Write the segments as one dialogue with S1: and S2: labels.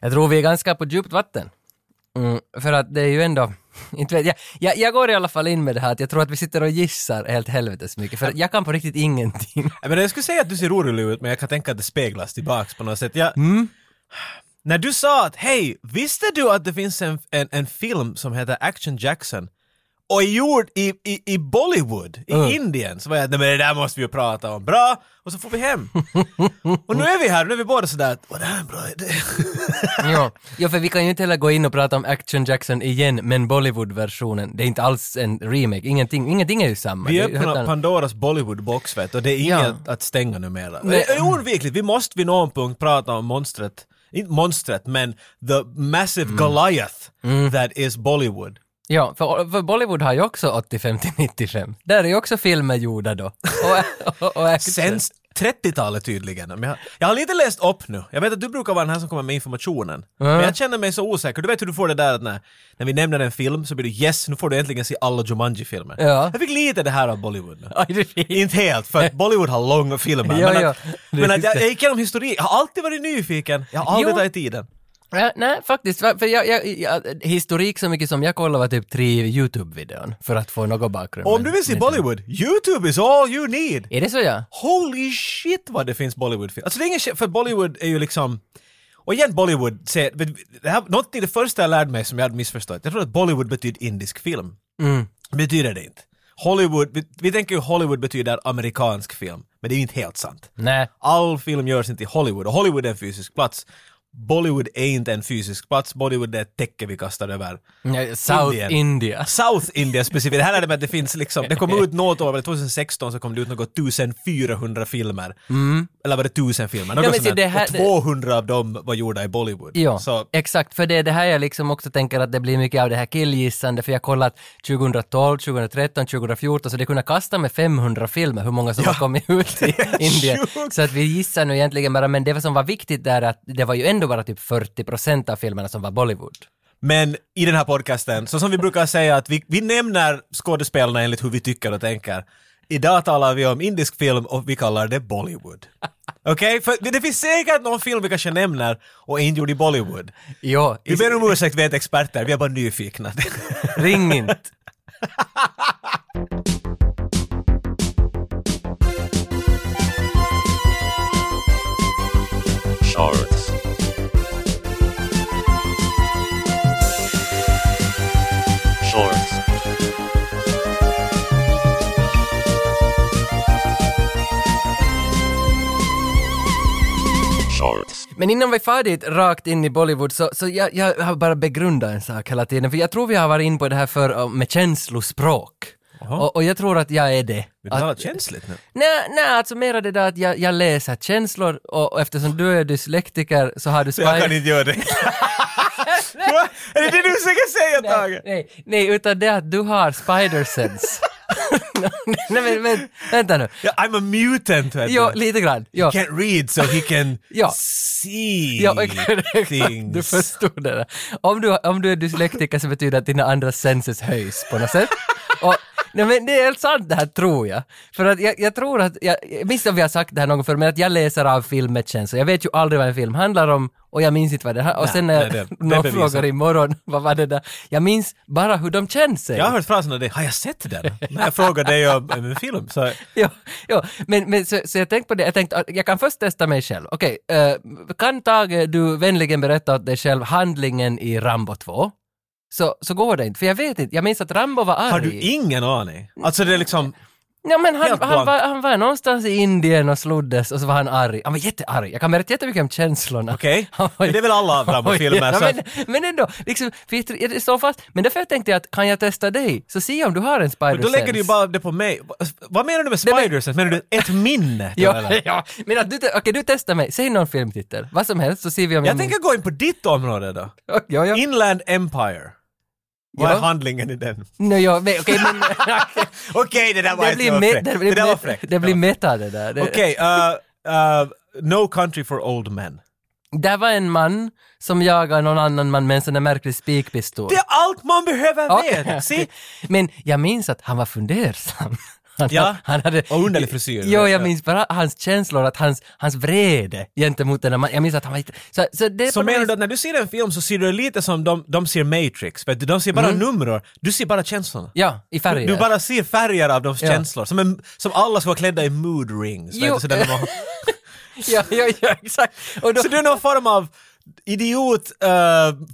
S1: Jag tror vi är ganska på djupt vatten. Mm, för att det är ju ändå, inte vet jag, jag, jag går i alla fall in med det här att jag tror att vi sitter och gissar helt helvetes mycket, för jag kan på riktigt ingenting.
S2: Ja, Men jag skulle säga att du ser orolig ut, men jag kan tänka att det speglas tillbaks på något sätt. Jag, När du sa att hej, visste du att det finns en, en, en film som heter Action Jackson och är gjord i, i, i Bollywood, i Indien, så var jag nej men det där måste vi ju prata om. Bra! Och så får vi hem. och nu är vi här, nu är vi båda sådär att åh det här är en bra idé.
S1: ja. ja, för vi kan ju inte heller gå in och prata om Action Jackson igen, men Bollywood-versionen, det är inte alls en remake, ingenting, ingenting är ju samma.
S2: Vi
S1: Det är ju helt
S2: öppnar
S1: annat.
S2: Pandoras Bollywood-box vet du, och det är
S1: Ja.
S2: inget att stänga numera.
S1: Nej.
S2: Det är oundvikligt, vi måste vid någon punkt prata om monstret, inte monstret men the massive
S1: Mm.
S2: Goliath that is Bollywood.
S1: Ja, för, för Bollywood har ju också 85 till 95. Där är ju också filmer gjorda då. Och, och, och action.
S2: Sen 30-talet tydligen. Men jag, jag har lite läst upp nu. Jag vet att du brukar vara den här som kommer med informationen. Men jag känner mig så osäker. Du vet hur du får det där att när, när vi nämner en film så blir du yes, nu får du äntligen se alla Jumanji-filmer.
S1: Ja.
S2: Jag fick lite det här av Bollywood nu.
S1: Aj, det är fint.
S2: Inte helt, för att Bollywood har långa filmer.
S1: Ja,
S2: men
S1: ja.
S2: att,
S1: Det
S2: men att
S1: finns
S2: jag,
S1: det.
S2: jag gick igenom historik, jag har alltid varit nyfiken, jag har aldrig
S1: Jo.
S2: tagit tiden.
S1: Ja, Äh, nej, faktiskt. va- För jag, jag, jag, historik så mycket som jag kollar var typ tre YouTube-videon för att få någon bakgrund.
S2: Om
S1: Men-
S2: du vill se
S1: men-
S2: Bollywood, YouTube is all you need!
S1: Är det så ja?
S2: Holy shit vad det finns Bollywoodfilmer. Alltså det är ingen shit, för Bollywood är ju liksom... Och igen Bollywood, se, det här, någonting det första jag lärde mig som jag hade missförstått, jag trodde att Bollywood betyder indisk film. Betyder det inte. Hollywood, vi, vi tänker ju Hollywood betyder amerikansk film, men det är ju inte helt sant.
S1: Nej.
S2: All film görs inte i Hollywood och Hollywood är en fysisk plats. Bollywood är inte en fysisk plats, Bollywood är ett täcke vi kastar över.
S1: Nej, South
S2: Indien.
S1: India.
S2: South India specifikt, det här är det med att det finns liksom, det kom ut något år, var det 2016 så kom det ut något 1400 filmer. Eller var det 1000 filmer?
S1: Mm.
S2: Något
S1: Ja, men
S2: sånt
S1: se,
S2: där.
S1: det här-
S2: och 200 av dem var gjorda i Bollywood.
S1: Ja,
S2: Så,
S1: exakt. För det är det här jag liksom också tänker att det blir mycket av det här killgissande, för jag kollat 2012, 2013, 2014, så det kunde kasta med 500 filmer, hur många som har kommit ut i Indien.
S2: sjukt.
S1: Så att vi gissar nu egentligen bara, men det som var viktigt där är att det var ju ändå bara typ 40 procent av filmerna som var Bollywood.
S2: men i den här podcasten, så som vi brukar säga att vi, vi nämner skådespelarna enligt hur vi tycker och tänker. Idag talar vi om indisk film och vi kallar det Bollywood. Okej? För det finns säkert någon film vi kanske nämner och inte gjord i Bollywood.
S1: Jo,
S2: Vi
S1: i-
S2: ber om ursäkt, vi är inte experter, vi är bara nyfikna.
S1: ring inte.
S3: Shorts. Shorts. Shorts.
S1: Men innan vi far dit rakt in i Bollywood så, så jag, jag har bara begrundat en sak hela tiden, för jag tror vi har varit in på det här för med känslospråk. Och, och jag tror att jag är det.
S2: Vi
S1: Att-
S2: talar känsligt nu.
S1: Nej, nej, alltså mera det där att jag, jag läser känslor och, och eftersom du är dyslektiker så har du
S2: Så jag kan
S1: spine...
S2: inte göra det. Va? är det det du försöker säga Tage?
S1: nej, nej, utan det att du har spider sense. nej men, men vänta nu.
S2: Ja, I'm a mutant vet
S1: Jo,
S2: du.
S1: lite grann. Jo.
S2: Can't read so he can
S1: Ja.
S2: see
S1: Ja, exakt. Du
S2: things.
S1: förstod det där. Om du, om du är dyslektiker så betyder det att dina andra senses höjs på något sätt. Och, nej men det är helt sant det här tror jag. För att jag, jag tror att, jag, jag minns om vi har sagt det här någon gång förr, men att jag läser av filmet känns så. Jag vet ju aldrig vad en film handlar om och jag minns inte vad det här, och sen när
S2: nej, det- det
S1: någon
S2: bevisar.
S1: frågar imorgon, vad var det där? Jag minns bara hur de känns.
S2: Jag har hört frasen av dig, har jag sett den? När jag frågar dig om om en film så...
S1: ja, ja. Men, men så, så jag tänkte på det, jag tänkte att jag kan först testa mig själv. Okej, eh, kan Tage, du vänligen berätta åt dig själv handlingen i Rambo 2? Så, så går det inte, för jag vet inte, jag minns att Rambo var arg.
S2: Har du ingen aning? Alltså det är liksom,
S1: ja, men han,
S2: Helt
S1: han,
S2: blankt.
S1: var, han var någonstans i Indien och sloddes och så var han arg. Han var jättearg, jag kan berätta jättemycket om känslorna.
S2: okej?
S1: Han var ju-
S2: Det är väl alla Rambo-filmer
S1: Ja,
S2: så...
S1: men, men ändå, liksom, för jag tror- det står fast. Men därför tänkte jag att kan jag testa dig? Så se om du har en spider
S2: Då lägger du ju
S1: sense.
S2: bara det på mig. Va- Vad menar du med
S1: Nej, men-
S2: spiders? Menar du ett minne? till eller?
S1: Ja, ja, men att du, te- okej, du testar mig. Säg någon filmtitel, vad som helst, så ser vi om jag,
S2: Jag tänker gå in på ditt område då.
S1: minns. Ja, ja.
S2: Inland Empire. Vad
S1: Ja.
S2: är handlingen i den?
S1: No, ja, men, okej, men,
S2: Okej, det där var
S1: det,
S2: det
S1: blir
S2: var
S1: me-
S2: fräckt.
S1: det,
S2: Det
S1: blir
S2: där var
S1: me-
S2: fräckt.
S1: det blir meta det där. Det,
S2: Okej, eh, eh, No Country for Old Men.
S1: Där var en man som jagar någon annan man med en sån där märklig spikpistol.
S2: Det är allt man behöver
S1: Ja,
S2: veta! Se?
S1: Men jag minns att han var fundersam. Han,
S2: Ja,
S1: han hade...
S2: och underlig frisyr.
S1: Jo, jag
S2: Ja.
S1: minns bara hans känslor, att hans, hans vrede gentemot den här man- Jag minns att han var inte... Så, så det är
S2: Så
S1: på något
S2: menar du
S1: vis-
S2: att när du ser en film så ser du det lite som de, de ser Matrix, vet du? De ser bara nummer, du ser bara känslorna.
S1: Mm. Ja, i färger.
S2: Du bara ser färger av de
S1: Ja.
S2: känslor, som, en, som alla ska vara klädda i mood rings. Vet
S1: Jo.
S2: du? Så, där de har,
S1: Ja, ja, ja, exakt. Och då...
S2: så du är någon form av idiot eh,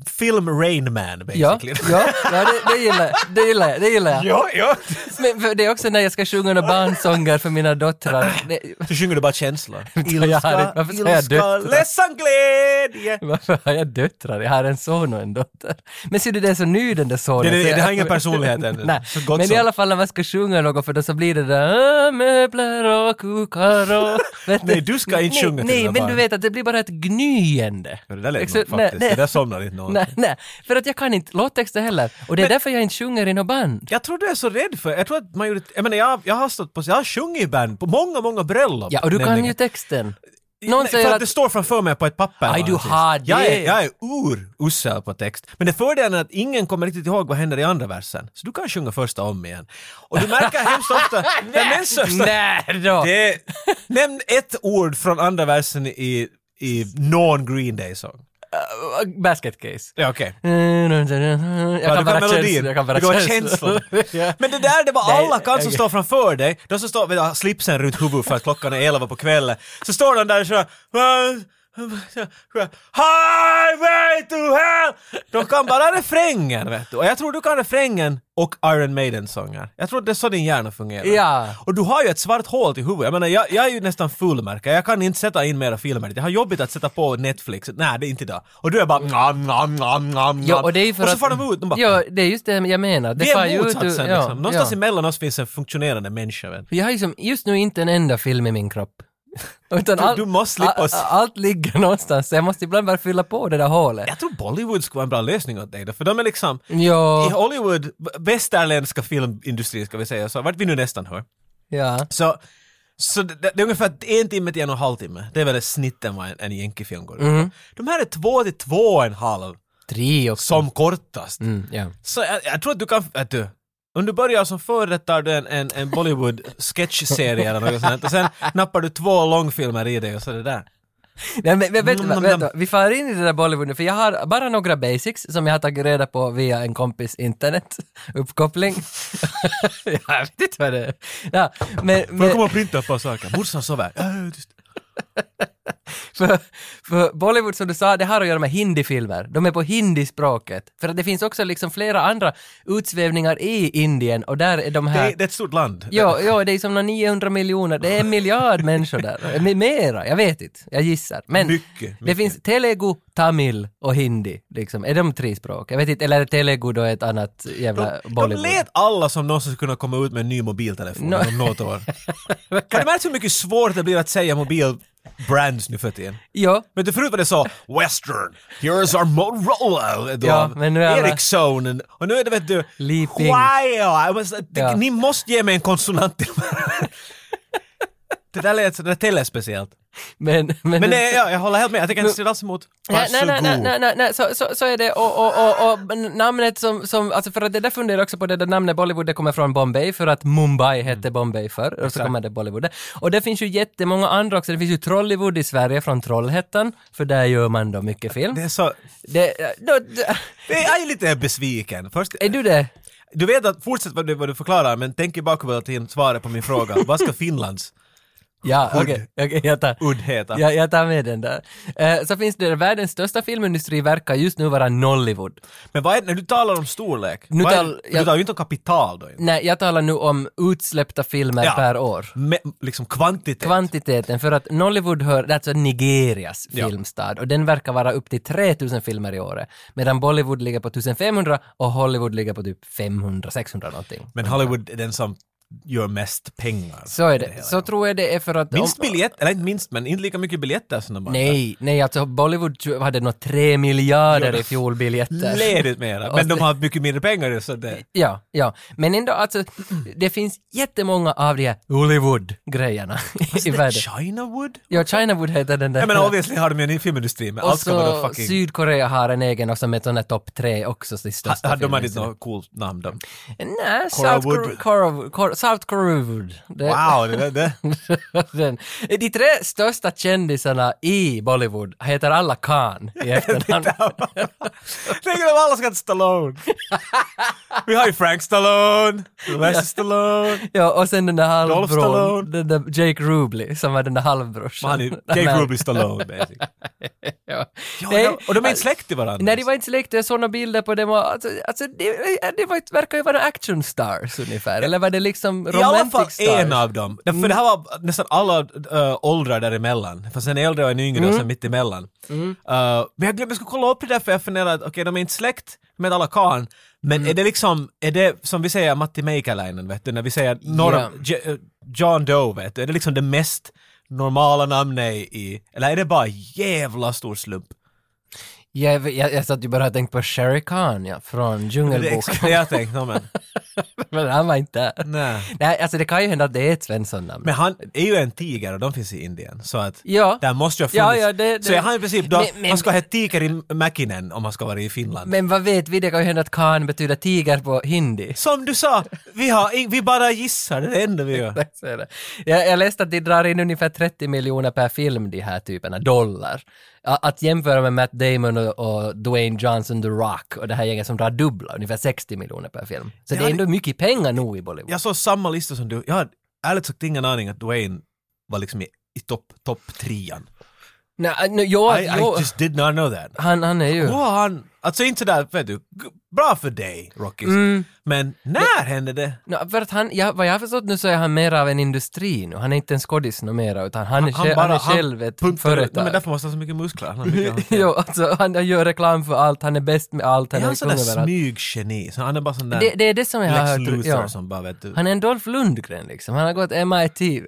S2: film Rain Man
S1: Ja,
S2: basically.
S1: ja, ja det, det gillar jag. Det gillar jag. Det gillar jag.
S2: ja, ja.
S1: Men för det är också när jag ska sjunga några barnsånger för mina döttrar. Det,
S2: Så sjunger du bara känslor.
S1: jag har det. Varför sa jag
S2: ilska,
S1: döttrar?
S2: ledsen, glädje.
S1: varför har jag döttrar? Jag har en son och en dotter. Men ser du, det är så ny den där sonen.
S2: Det- det-
S1: Så jag-
S2: det har ingen personlighet ännu.
S1: Nej.
S2: Så gott
S1: Men
S2: som.
S1: i alla fall när man ska sjunga något för då så blir det där "Ah, möbler och kukar och... Vet
S2: Nej, du ska inte
S1: nej,
S2: sjunga till
S1: Nej,
S2: dina
S1: men
S2: barn.
S1: du vet att det blir bara ett gnyende.
S2: Ja, Det där lät
S1: Så-
S2: nog faktiskt,
S1: nej,
S2: det där somnade inte någon.
S1: Nej, nej, för att jag kan inte låttexter heller. Och det är därför jag inte sjunger i något band.
S2: Jag tror du är så rädd för, jag tror att majorit, jag menar jag, jag har stått på, jag har sjungit i band på många, många bröllop.
S1: Ja, och du kan
S2: nämligen.
S1: ju texten. Någon
S2: Nej,
S1: säger
S2: för att,
S1: att-
S2: det står framför mig på ett papper.
S1: Aj,
S2: eller
S1: du
S2: någonting.
S1: har det.
S2: Jag är, jag är urusel på text. Men det fördelen är att ingen kommer riktigt ihåg vad händer i andra versen. Så du kan sjunga första om igen. Och du märker hemskt ofta, den människa
S1: Nej då!
S2: det, nämn ett ord från andra versen i, i någon Green Day-sång.
S1: Uh, Basket case.
S2: Ja, okej.
S1: Jag
S2: Ja,
S1: kan
S2: du
S1: bara
S2: kan melodin.
S1: känslor. Jag kan bara
S2: Du kan
S1: känslor. Ja.
S2: Men det där, det var
S1: Nej,
S2: alla kan som
S1: okej.
S2: står framför dig. De som står med slipsen runt huvudet för att klockan är elva på kvällen. Så står de där och kör... Highway to hell! De kan bara refrängen, vet du. Och jag tror du kan refrängen och Iron Maiden-sånger. Jag tror det är så din hjärna fungerar.
S1: Ja.
S2: Och du har ju ett svart hål till huvudet. Jag menar, jag, jag är ju nästan full märker. Jag kan inte sätta in mera filmer. Jag har jobbigt att sätta på Netflix. Nej, det är inte idag. Och du är bara... Nam, nam, nam, nam,
S1: Ja, och det är ju för
S2: och så
S1: att,
S2: får de ut. De bara,
S1: Ja, det är just det jag menar. Det
S2: det
S1: far
S2: är
S1: ju ut ur-
S2: motsatsen
S1: ja,
S2: liksom. Någonstans
S1: ja.
S2: emellan oss finns en funktionerande människa. Vet.
S1: Jag har liksom just nu inte en enda film i min kropp. Utan
S2: Du- du måste slippa
S1: all-
S2: oss.
S1: allt ligger någonstans, så jag måste ibland bara fylla på det där hålet.
S2: Jag tror Bollywood skulle vara en bra lösning åt dig då, för de är liksom i
S1: Ja,
S2: Hollywood, v- västerländska filmindustrin ska vi säga så, vart vi nu nästan hör.
S1: ja.
S2: Så, så det, det är ungefär en timme till en och en halv timme. Det är väl det snitten vad en, en jänkefilm går ut på.
S1: Mhm.
S2: De här är två till två och en halv,
S1: Tre och...
S2: som kortast.
S1: Mm, ja.
S2: Så jag, jag tror att du kan, att du, om du börjar som förrätt tar du en, en, en Bollywood sketchserie eller något sånt och sen nappar du två långfilmer i dig och så är det där.
S1: Nej, men, men, vänta,
S2: Mm,
S1: vänta,
S2: mm.
S1: vi far in i det där Bollywood nu, för jag har bara några basics som jag har tagit reda på via en kompis internet, uppkoppling. jag vet inte vad det är. Ja, men,
S2: Får
S1: men,
S2: jag komma och printa ett par saker? Morsan sover. Äh, Ja, ja, just.
S1: för, för Bollywood som du sa, det har att göra med hindifilmer. De är på hindispråket. För att det finns också liksom flera andra utsvävningar i Indien och där är de
S2: Det,
S1: här...
S2: är, det är ett stort land.
S1: Ja, ja, det är som några 900 miljoner, det är en miljard människor där. M- Mera, jag vet inte, jag gissar. Men
S2: Mycket,
S1: det
S2: mycket.
S1: finns telugu, tamil och hindi, liksom. Är de tre språk? Jag vet inte, eller är telugu då ett annat jävla
S2: De, de
S1: Bollywood?
S2: lät alla som någonsin skulle kunna komma ut med en ny mobiltelefon
S1: No.
S2: om något år. kan du märka hur mycket svårt det blir att säga mobilbrands nu för tiden?
S1: Ja,
S2: Men du förut var det så “Western, here's our Motorola”, då,
S1: Ja, men nu är alla-
S2: Ericsson, och nu är det vet du
S1: Leaping.
S2: Huawei. I was like,
S1: Ja.
S2: Ni måste ge mig en konsonant till. det där lät, det där tele speciellt.
S1: men... Men,
S2: Men nej, ja, jag håller helt med, jag tänker inte strida alls emot.
S1: Nej, nej, nej, nej,
S2: Varsågod.
S1: nej, nej, nej, så, så, så är det. Och, och, och, och n- namnet som, som, alltså för att det där funderar jag också på, det där namnet Bollywood, det kommer från Bombay, för att Mumbai
S2: Mm.
S1: hette Bombay förr, och så kommer det Bollywood. Och det finns ju jättemånga andra också, det finns ju Trollywood i Sverige från Trollhättan, för där gör man då mycket film.
S2: Det är så...
S1: Det, eh, då, d-
S2: Det är jag är lite besviken. Först,
S1: är du det?
S2: du vet att, fortsätt vad du, vad du förklarar, men tänk i bakhuvudet till en svaret på min fråga. Vad ska Finlands
S1: Ja, okej, okej, jag tar.
S2: udd heta?
S1: Jag, jag tar med den där. Eh, så finns det, världens största filmindustri verkar just nu vara Nollywood.
S2: Men vad är, när du talar om storlek,
S1: Nu
S2: vad är,
S1: tal-
S2: du
S1: jag-
S2: talar ju inte om kapital då.
S1: Nej, jag talar nu om utsläppta filmer
S2: Ja.
S1: per år.
S2: Me, liksom kvantitet.
S1: kvantiteten, för att Nollywood hör, det är alltså Nigerias
S2: Ja.
S1: filmstad och den verkar vara upp till 3000 filmer i året, medan Bollywood ligger på 1500 och Hollywood ligger på typ 500-600 någonting.
S2: men Hollywood är den som gör mest pengar.
S1: Så är det. Så tror jag det är för att... om-
S2: Minst biljett, eller inte minst, men inte lika mycket biljetter som de bara.
S1: Nej, nej, alltså Bollywood tro- hade nog 3 miljarder i fjol biljetter.
S2: Ledigt mera, men de har mycket mindre pengar. Så det,
S1: Ja, ja. Men ändå, alltså, det finns jättemånga av de här Hollywood-grejerna
S2: Alltså,
S1: i världen.
S2: Chinawood?
S1: Ja, Chinawood heter den där.
S2: Jag menar obviously har de ju en filmindustri, men
S1: Och
S2: allt ska vara
S1: så
S2: då fucking...
S1: Sydkorea har en egen och som är sån här topp tre också, så det största
S2: Hade de
S1: filmen.
S2: inte något coolt namn då?
S1: Nej,
S2: Cora
S1: South
S2: Wood.
S1: Korea, Cora, Cora, South Korean. Det,
S2: Wow, det, där- det.
S1: den. De tre största kändisarna i Bollywood heter alla Khan i efternamn.
S2: Tänk om alla ska till Stallone. Vi har ju Frank Stallone, Sylvester Stallone.
S1: Ja, och sen den där
S2: Dolph Stallone.
S1: halvbron, den där Jake Rubley som var den där halvbrorsan.
S2: Man, Jake
S1: Men-
S2: Ruby Stallone basically.
S1: Ja.
S2: Ja,
S1: Nej,
S2: de- och de är inte släkt till varandra.
S1: Nej, det var inte släkt. Jag såg några bilder på dem och alltså, alltså det, det var, verkar ju vara actionstars ungefär. Eller var det liksom
S2: I alla fall
S1: romantic stars?
S2: en av dem. Därför det här var nästan alla äh, åldrar däremellan. Fast en äldre och en yngre
S1: Mm.
S2: och sen mitt emellan. Äh, men jag glömde, jag skulle kolla upp det där för jag funderade att okej, de är inte släkt med alla karn. Men
S1: Mm.
S2: är det liksom, är det som vi säger Matti Meikäläinen vet du, när vi säger några,
S1: Ja.
S2: J- eh, John Doe vet du, är det liksom det mest normala namnet i, eller är det bara jävla stor slump?
S1: Jag, jag, jag satt ju bara och tänkte på Sherry Khan ja, från
S2: Det är
S1: Djungelboken.
S2: exakt det jag tänkte, no, men,
S1: Men han var inte där.
S2: nej.
S1: Nej, alltså det kan ju hända att det är ett Svensson-namn.
S2: Men han är ju en tiger och de finns i Indien, så att
S1: ja.
S2: Där måste jag
S1: Ja,
S2: funnits.
S1: ja, det-
S2: Så
S1: det-
S2: jag har i princip då,
S1: Men- men-
S2: man ska ha tiker i Mäkinen om man ska vara i Finland.
S1: Men vad vet vi, det kan ju hända att Khan betyder tiger på hindi.
S2: Som du sa, vi, har, ing- vi bara gissar, det är det enda vi gör.
S1: Exakt så är det. Jag, jag läste att de drar in ungefär 30 miljoner per film, de här typerna, dollar. A- Att jämföra med Matt Damon och, och Dwayne Johnson, The Rock, och det här gänget som drar dubbla, ungefär 60 miljoner per film. Så
S2: Ja,
S1: det är
S2: det-
S1: ändå mycket pengar nog i Bollywood.
S2: Jag såg samma lista som du, jag hade ärligt sagt ingen aning att Dwayne var liksom i, i topp top trean.
S1: Nej, nej, jo,
S2: I, I
S1: jo,
S2: just did not know that.
S1: han, han är ju...
S2: Då har han, alltså inte sådär, vet du, g- bra för dig Rockis.
S1: Mm.
S2: Men när hände det?
S1: No, för att han, ja, vad jag har förstått nu så är han mer av en industri nu. Han är inte en skådis nu mera, utan han är,
S2: Han
S1: själv,
S2: bara-
S1: han är
S2: han
S1: själv ett
S2: punktar ut. Nej,
S1: företag.
S2: men därför måste han ha så mycket muskler. Han har mycket,
S1: jo, alltså, han han gör reklam för allt, han är bäst med allt, han
S2: är
S1: är,
S2: han sån där
S1: kung över allt.
S2: smyggeni? Så han är bara sån där
S1: Det, det är det som jag har
S2: Lex
S1: hört.
S2: Luthor
S1: ja.
S2: som bara vet du.
S1: Han är en Dolph Lundgren liksom, han har gått MIT.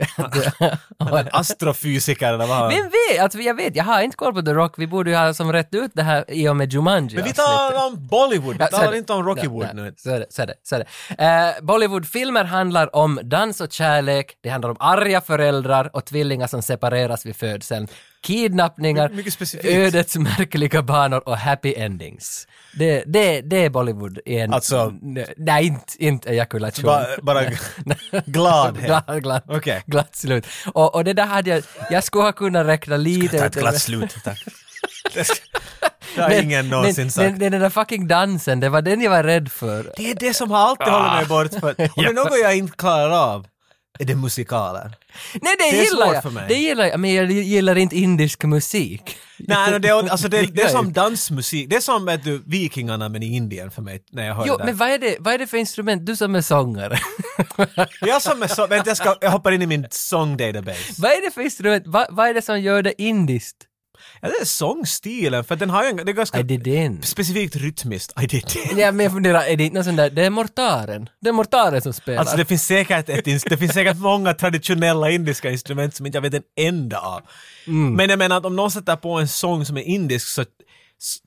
S2: astrofysiker eller vad han-
S1: Vem vet? Alltså, jag vet, jag har inte koll på The Rock, vi borde ju ha som rätt ut det här i och med Jumanji.
S2: Men vi talar om Bollywood, vi
S1: Ja, så är
S2: talar
S1: det.
S2: inte om Rockywood
S1: Nej, nej,
S2: nu.
S1: Så är det, så är det. Så är det. Eh, Bollywoodfilmer handlar om dans och kärlek, det handlar om arga föräldrar och tvillingar som separeras vid födseln, kidnappningar,
S2: My- mycket specifikt.
S1: ödets märkliga banor och happy endings. Det, det, det är Bollywood i en...
S2: Alltså-
S1: N- Nej, inte, inte ejakulation.
S2: Bara, bara glad här.
S1: Glad, glad,
S2: Okej.
S1: glatt slut. Och, och det där hade jag, jag skulle ha kunnat räkna lite...
S2: Ta ett
S1: utöver-
S2: glatt slut, tack. Det ska- Det har ingen någonsin
S1: men,
S2: sagt.
S1: Men, men den där fucking dansen, det var den jag var rädd för.
S2: Det är det som har alltid hållit
S1: Ah.
S2: mig bort. För, om det är något jag inte klarar av, är det musikaler.
S1: Nej, det,
S2: Det är
S1: gillar
S2: svårt
S1: jag.
S2: för mig.
S1: Det gillar jag, men jag gillar inte indisk musik.
S2: Nej, no, det, är- alltså det, det är som
S1: Nej.
S2: dansmusik. Det är som vet du, vikingarna men i Indien för mig, när jag hör
S1: Jo,
S2: det där.
S1: men vad är det, vad är det för instrument? Du som är sångare.
S2: Jag som är så... Vänta, jag, ska, jag hoppar in i min song database.
S1: vad är det för instrument? Va, vad är det som gör det indiskt?
S2: Ja, det är sångstilen, för den har ju en... Det är ganska
S1: Är det den?
S2: specifikt rytmiskt. I did it.
S1: Ja, men jag funderar, är det inte någon sån där, det är mortaren. Det är mortaren som spelar.
S2: Alltså det finns säkert, ett, ins- det finns säkert många traditionella indiska instrument som inte jag vet en enda av. Men jag menar att om någon sätter på en sång som är indisk så,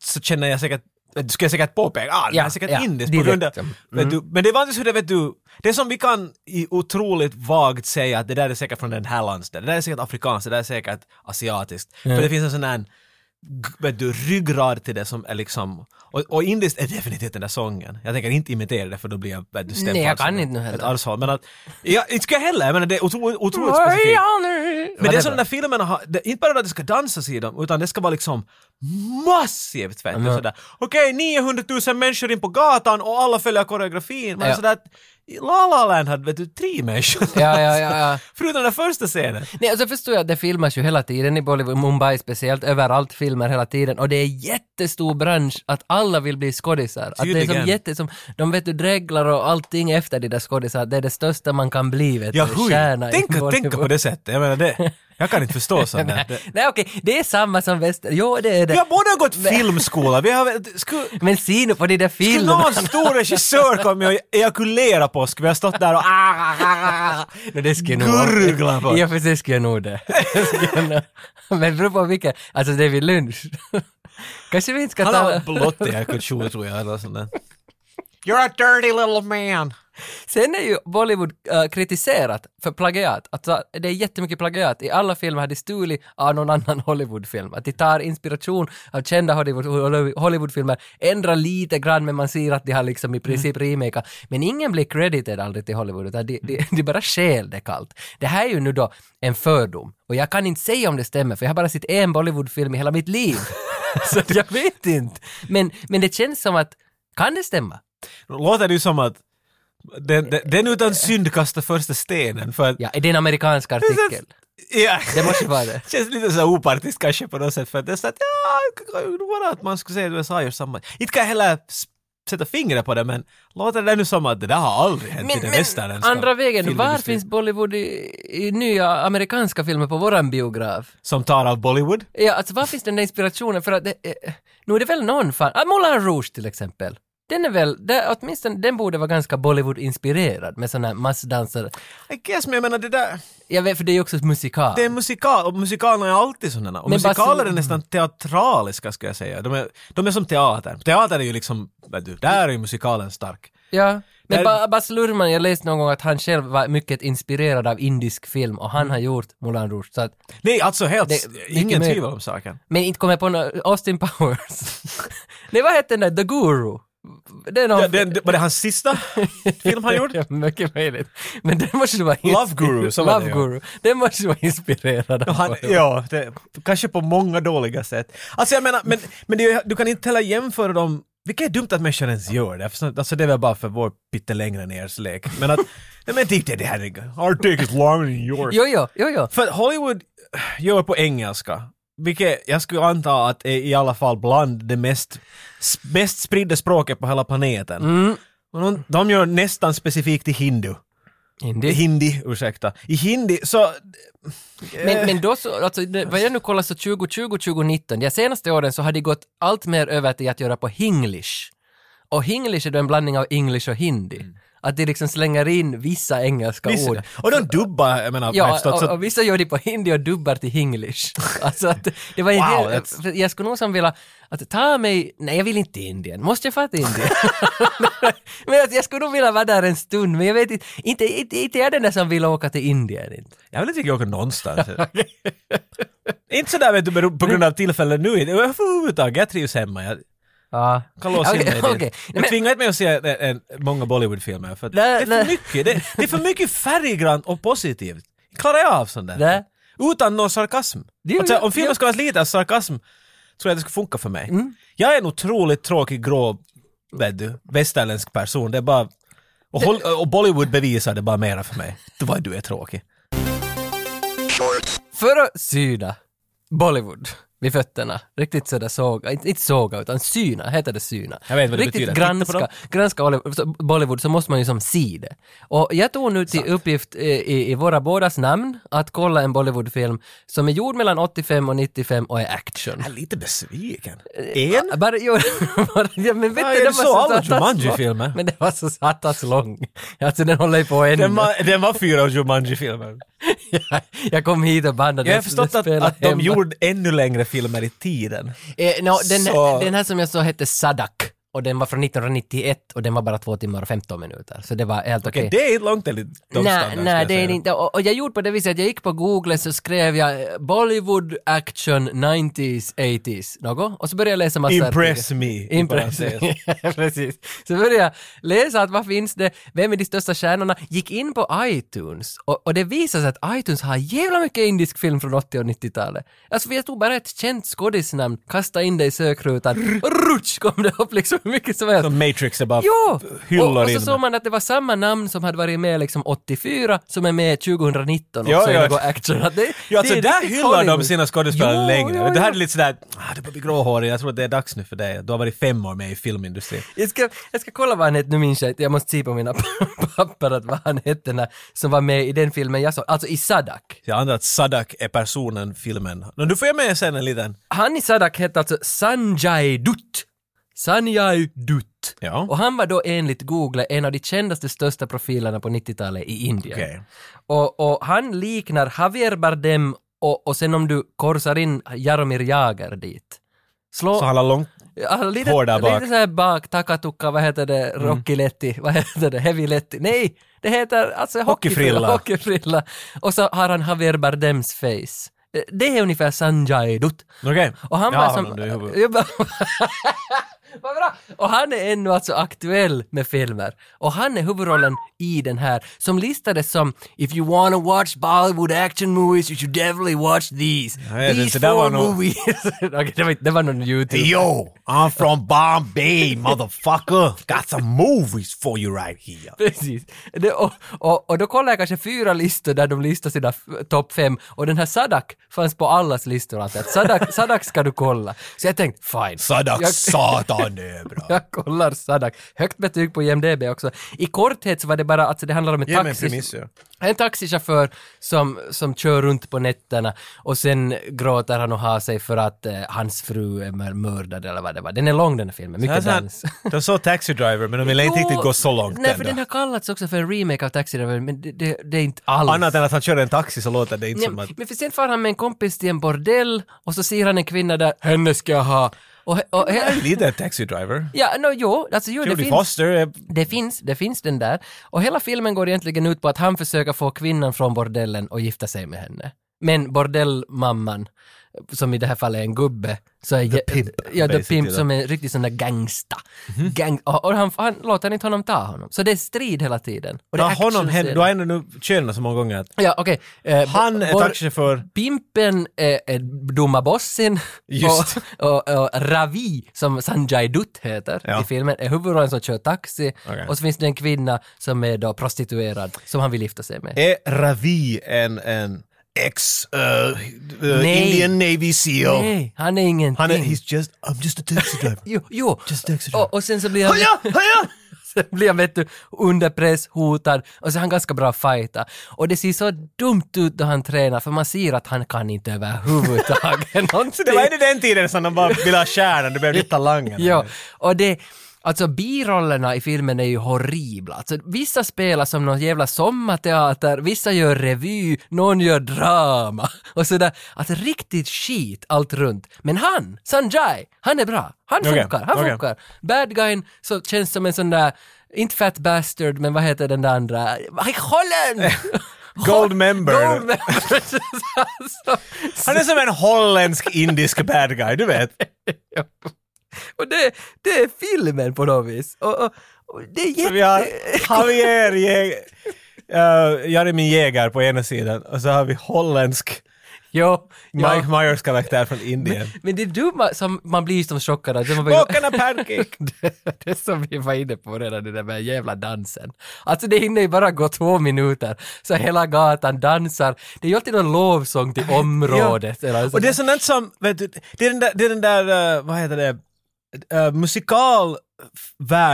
S2: så känner jag säkert du skulle jag säkert påpeka, ah, det här
S1: Ja,
S2: är säkert
S1: ja,
S2: indisk
S1: direkt,
S2: på grund av,
S1: ja.
S2: vet du, Men det är vanligtvis hur det, vet du, det som vi kan i otroligt vagt säga att det där är säkert från den här landsdelen, det där är säkert afrikanskt, det där är säkert asiatiskt. För det finns en sån här, g- vet du, ryggrad till det som är liksom, och, och indiskt är definitivt den där sången. Jag tänker inte imitera det för då blir jag, vet du, stämplad
S1: Nej, jag
S2: som
S1: kan
S2: ett-
S1: inte nu heller.
S2: ett arshåll. Men att, ja, inte ska jag heller, jag menar det är otroligt, otroligt specifikt.
S1: Mariana!
S2: Men det är som
S1: Vad
S2: den här filmen har, det, inte bara att det ska dansas i dem, utan det ska vara liksom massivt vet du,
S1: Mm.
S2: sådär. Okej, 900 000 människor in på gatan och alla följer koreografin. Men
S1: Ja.
S2: sådär, att i La La Land hade vet du, tre människor.
S1: Ja, ja, ja, ja.
S2: Förutom den första scenen.
S1: Nej, alltså förstår jag att det filmas ju hela tiden i Bollywood, Mumbai speciellt, överallt filmer hela tiden och det är jättestor bransch att alla vill bli skådisar. Att det är som
S2: Tydligen.
S1: jätte, som, de vet du dreglar och allting efter de där skådisar, det är det största man kan bli vet
S2: Ja,
S1: du,
S2: hur?
S1: stjärna i
S2: Tänk att
S1: Bollywood.
S2: tänka på det sättet, jag menar det. Jag kan inte förstå sånt där. Det-
S1: Nej okej, det är samma som väster, jo det är
S2: Vi
S1: det.
S2: har båda gått filmskola, vi har... Sku,
S1: Men se nu på de där
S2: Skulle
S1: filmerna.
S2: någon stor regissör komma och ejakulera på oss? Vi har stått där och Ah,
S1: Nej, det skulle jag
S2: Gurgla
S1: nog...
S2: på.
S1: Ja, för det skulle jag nog det. Det skulle jag nog- Men beror på vilken, alltså David Lynch. Kanske vi inte ska
S2: Han
S1: tala...
S2: har blott ejakulation tror jag eller sånt där. You're a dirty little man.
S1: Sen är ju Bollywood äh, kritiserat för plagiat. Alltså, det är jättemycket plagiat. I alla filmer har de stulit av någon annan Hollywoodfilm. Att de tar inspiration av kända Hollywood- Hollywoodfilmer, ändrar lite grann men man ser att de har liksom i princip remakat. Men ingen blir credited aldrig till Hollywood utan de, de, de bara stjäl det kallt. Det här är ju nu då en fördom. Och jag kan inte säga om det stämmer för jag har bara sett en Bollywoodfilm i hela mitt liv. Så jag vet inte. Men, men det känns som att, kan det stämma?
S2: Låter det ju som att den, den, den utan synd kastar första stenen för att...
S1: Ja, det är en amerikansk artikel.
S2: Ja.
S1: Det måste vara det.
S2: Känns lite så opartiskt kanske på något sätt för att det är så att ja, bara att man skulle säga att USA gör samma. Inte kan jag heller s- sätta fingret på det men låter det nu som att det där har aldrig hänt i den västerländska
S1: andra vägen, var
S2: filmindustrin.
S1: finns Bollywood i, i nya amerikanska filmer på våran biograf?
S2: Som tar av Bollywood?
S1: Ja, alltså var finns den där inspirationen? För att det, eh, nu är det väl någon fan, ah, Moulin Rouge till exempel. Den är väl, där, åtminstone den borde vara ganska Bollywood-inspirerad med sådana här massdansare.
S2: I guess, men jag menar det där,
S1: Jag vet, för det är ju också ett musikal.
S2: det är en musikal och musikaler är alltid sådana. Och
S1: Men
S2: musikaler
S1: bara så-
S2: är nästan teatraliska skulle jag säga. De är, de är som teater. Teater är ju liksom, vet du, där är ju musikalen stark.
S1: Ja. Men
S2: Där-
S1: ba, Baz Luhrmann, jag läste någon gång att han själv var mycket inspirerad av indisk film och han har gjort Moulin Rouge. Så att,
S2: Nej, alltså helt,
S1: Det- mycket
S2: ingen
S1: mer.
S2: tvivel om saken.
S1: Men inte kom jag på någon, Austin Powers. Nej, vad hette den där, The Guru? Det är någon...
S2: Ja, den, var det hans sista film han gjorde?
S1: Ja, Mycket möjligt. Men den måste ju vara...
S2: Love Guru, så var
S1: Love
S2: det, ja.
S1: Guru. Den måste ju vara inspirerad av
S2: Han,
S1: honom.
S2: ja, det, kanske på många dåliga sätt. Alltså jag menar, men, men det, är ju- du kan inte heller jämföra dem, vilket är dumt att människan ens gör det, för, alltså det är väl bara för vår pyttelängre ner lek. Men att, nej men typ det, det här är, our dick is longer than yours.
S1: Jo, jo, jo, jo.
S2: För att Hollywood gör på engelska, vilket jag skulle anta att är i alla fall bland det mest, s- mest spridda språket på hela planeten. Och de, de gör nästan specifikt i hindu.
S1: Indie.
S2: Hindi, ursäkta. I hindi, så
S1: Men, men då så, alltså, det, vad jag nu kollar så 2020, 2019, de senaste åren så har det gått allt mer över till att göra på hinglish. Och hinglish är då en blandning av english och hindi.
S2: Mm.
S1: Att de liksom slänger in vissa engelska
S2: Visst,
S1: ord.
S2: Och de dubbar, jag menar,
S1: Ja,
S2: förstått, så
S1: och, och vissa gör det på hindi och dubbar till hinglish. Alltså att det var en
S2: Wow,
S1: del,
S2: that's-
S1: för jag skulle nog som vilja att ta mig, nej jag vill inte till Indien, måste jag fara till Indien? men att jag skulle nog vilja vara där en stund, men jag vet inte, inte, inte, inte är jag den där som vill åka till Indien. Inte.
S2: jag vill inte riktigt åka någonstans. inte sådär vet du, bero- på grund av tillfället nu, överhuvudtaget, jag trivs hemma. Jag
S1: Ja.
S2: kan låsa in
S1: Okej,
S2: mig dit.
S1: okej.
S2: Du
S1: Nej, men-
S2: tvingar inte mig att se en, en, många Bollywoodfilmer, för att det
S1: Nej,
S2: är för
S1: nej.
S2: mycket. Det, det är för mycket färggrant och positivt. Klarar jag av sånt där?
S1: Nej.
S2: Utan någon sarkasm.
S1: Jo,
S2: alltså,
S1: jo,
S2: om filmen
S1: jo.
S2: skulle ha lite sarkasm, tror jag det skulle funka för mig.
S1: Mm.
S2: Jag är en otroligt tråkig grå, vet du, västerländsk person. Det är bara... Och, Hol- och Bollywood bevisar det bara mera för mig. Det var du är tråkig.
S1: För att syna Bollywood vid fötterna, riktigt sådär såga, inte, inte såga utan syna, heter det syna.
S2: Jag vet vad det
S1: riktigt
S2: betyder. Titta
S1: granska,
S2: på dem.
S1: granska Oliv- så- Bollywood så måste man ju som se det. Och jag tog nu till uppgift eh, i, i våra bådas namn att kolla en Bollywoodfilm som är gjord mellan 85 och 95 och är action.
S2: Jag är lite besviken. En?
S1: Bara, jo, bara, ja, men vet
S2: Ja,
S1: du, den
S2: är det
S1: var
S2: så alla
S1: satans lång.
S2: Jumanji-filmer?
S1: Men det var så satans lång. Alltså den håller ju på ännu.
S2: Den var, den var fyra av Jumanji-filmer.
S1: jag kom hit och bandade.
S2: Jag har
S1: den-
S2: förstått
S1: den
S2: att,
S1: spelar
S2: att de
S1: hemma.
S2: gjorde ännu längre filmer i tiden.
S1: Eh, no, den,
S2: Så-
S1: den här som jag sa hette Sadak och den var från 1991 och den var bara två timmar och 15 minuter. Så det var helt okej.
S2: Okej, Det är inte långt enligt
S1: Nej,
S2: de standards,
S1: nej
S2: ska
S1: det
S2: jag
S1: är det
S2: säga.
S1: inte. Och, och jag gjorde på det viset att jag gick på Google så skrev jag eh, Bollywood action 90s, 80s, något. Och så började jag läsa massa
S2: Impress me. i
S1: Impress.
S2: parentes.
S1: Precis. Så började jag läsa att vad finns det, vem är de största stjärnorna, gick in på iTunes och, och det visar sig att iTunes har jävla mycket indisk film från 80 och 90-talet. Alltså för jag tog bara ett känt skådisnamn, kasta in det i sökrutan, och rutsch kom det upp liksom hur mycket som helst.
S2: Som Matrix är bara
S1: Jo! Och,
S2: hyllar
S1: och så
S2: in.
S1: såg man att det var samma namn som hade varit med liksom 84 som är med 2019 också
S2: Ja,
S1: i
S2: ja.
S1: någon action. Att Det,
S2: Ja, alltså
S1: det är
S2: där
S1: riktigt
S2: hyllar de
S1: Hollywood.
S2: sina skådespelare
S1: Jo,
S2: längre.
S1: jo,
S2: Det här
S1: jo.
S2: är lite sådär, ah, du börjar bli gråhårig, jag tror att det är dags nu för dig. Du har varit fem år med i filmindustrin.
S1: Jag ska, jag ska kolla vad han hette, nu minns jag inte, jag måste se på mina papper att vad han hette den här, som var med i den filmen jag såg, alltså i Sadak.
S2: Jag antar att Sadak är personen, filmen. Men du får jag med sen en liten...
S1: Han i Sadak hette alltså Sanjay Dutt. Sanjay Dutt.
S2: Ja.
S1: Och han var då enligt Google en av de kändaste största profilerna på 90-talet i Indien.
S2: Okej.
S1: Och, och han liknar Javier Bardem och, och sen om du korsar in Jaromir Jagr dit. Slå,
S2: Så han har långt
S1: Alltså lite,
S2: Hårda bak. Mm.
S1: lite så här bak, Takatuka, vad heter det, Rocky Letti, vad heter det, Heavy Letti, nej, det heter alltså hockeyfrilla,
S2: Hockeyfrilla.
S1: hockeyfrilla. Och så har han Javier Bardems face. Eh, Det är ungefär Sanjay Dutt.
S2: Okej.
S1: Och han
S2: Jag
S1: var
S2: har
S1: som...
S2: honom, du är huvud-
S1: Jag bara- Vad bra! Och han är ännu alltså aktuell med filmer. Och han är huvudrollen i den här, som listades som “If you wanna watch Bollywood action movies you should definitely watch these”.
S2: vet
S1: these
S2: inte, det var nog-
S1: movies. Okej, det, var, det var någon YouTube.
S2: Yo, I'm from Bombay, motherfucker. Got some movies for you right here.
S1: Precis. Det, och, och, och då kollade jag kanske fyra listor där de listar sina f- topp fem och den här Sadak fanns på allas listor. alltid. Att Sadak, Sadak ska du kolla. Så jag tänkte, fine.
S2: Sadak
S1: Jag-
S2: satan, det är bra.
S1: Jag kollar Sadak. Högt betyg på IMDB också. I korthet så var det bara, alltså det handlar om en,
S2: Ge mig en
S1: taxi,
S2: premiss, ja.
S1: en taxichaufför som, som kör runt på nätterna och sen gråter han och har sig för att eh, hans fru är mör- mördad eller vad det var. Den är lång den här filmen, mycket dans.
S2: De sa Taxi Driver, men de ville inte
S1: Jo,
S2: riktigt gå så långt
S1: Nej, för den
S2: ändå.
S1: har kallats också för en remake av Taxi Driver, men det, det, det är inte alls.
S2: Annat än att han kör en taxi så låter det inte
S1: Nej,
S2: som att...
S1: Men för sen far han med en kompis till en bordell och så ser han en kvinna där, henne ska jag ha. Och, he- och, he-
S2: Lite Taxi Driver.
S1: ja, no, jo, alltså jo, det
S2: Jodie
S1: finns.
S2: Foster är...
S1: Det finns, det finns den där. Och hela filmen går egentligen ut på att han försöker få kvinnan från bordellen och gifta sig med henne. Men bordellmamman, som i det här fallet är en gubbe, så är... The
S2: pimp,
S1: Ja, the
S2: basically, Mhm.
S1: pimp
S2: då.
S1: som är riktigt sån där gangsta. Gang, och och han, han låter inte honom ta honom. Så det är strid hela tiden. Och det
S2: Ta
S1: är
S2: honom hem,
S1: actionscener.
S2: du har ändå nu könat så många gånger att
S1: Ja, okej. Eh,
S2: han är
S1: bor-
S2: taxichaufför.
S1: Pimpen är, är dumma bossen
S2: Just.
S1: Och, och, och Ravi, som Sanjay Dutt heter
S2: Ja.
S1: i filmen, är huvudrollen som kör taxi.
S2: Okej.
S1: Och så finns det en kvinna som är då prostituerad, som han vill gifta sig med.
S2: Är Ravi en, en ex eh, eh,
S1: Nej.
S2: Indian Navy SEAL?
S1: Nej, han är ingenting.
S2: Han är, he's just, I'm just a taxi driver.
S1: Jo, jo.
S2: Just a taxi driver.
S1: Och, och sen så blir han...
S2: Haja, haja!
S1: Sen blir han vet du, under press, hotad och så är han ganska bra att fighta. Och det ser så dumt ut då han tränar för man ser att han kan inte överhuvudtaget någonting.
S2: Det var ändå den tiden som de bara ville ha kärnan, det blev lite talangen.
S1: Ja, och det... Alltså birollerna i filmen är ju horribla. Alltså, vissa spelar som någon jävla sommarteater, vissa gör revy, någon gör drama och sådär. Alltså riktigt skit allt runt. Men han, Sanjay, han är bra. Han
S2: Okej,
S1: funkar, han
S2: okej.
S1: funkar. Bad guyen så känns som en sån där, inte fat bastard, men vad heter den där andra? Mike
S2: Eh,
S1: Holland!
S2: Goldmember.
S1: Goldmember! Alltså,
S2: Han är som en holländsk indisk bad guy, du vet.
S1: Ja. Och det, det är filmen på något vis. Och, och, och det är jätte...
S2: Vi har Javier Jäger, uh, Jeremy Jäger på ena sidan och så har vi holländsk
S1: Jo,
S2: Mike
S1: ja.
S2: Myers karaktär från Indien.
S1: Men det är dumma som man blir som chockad att man bara,
S2: Bakarna pancake!
S1: det, det som vi var inne på redan, det där med jävla dansen. Alltså det hinner ju bara gå två minuter, så hela gatan dansar. Det är ju alltid någon lovsång till området. Eller alltså. så.
S2: Och det är sånt där som, vet du, det är den där, det är den där eh, vad heter det, uh,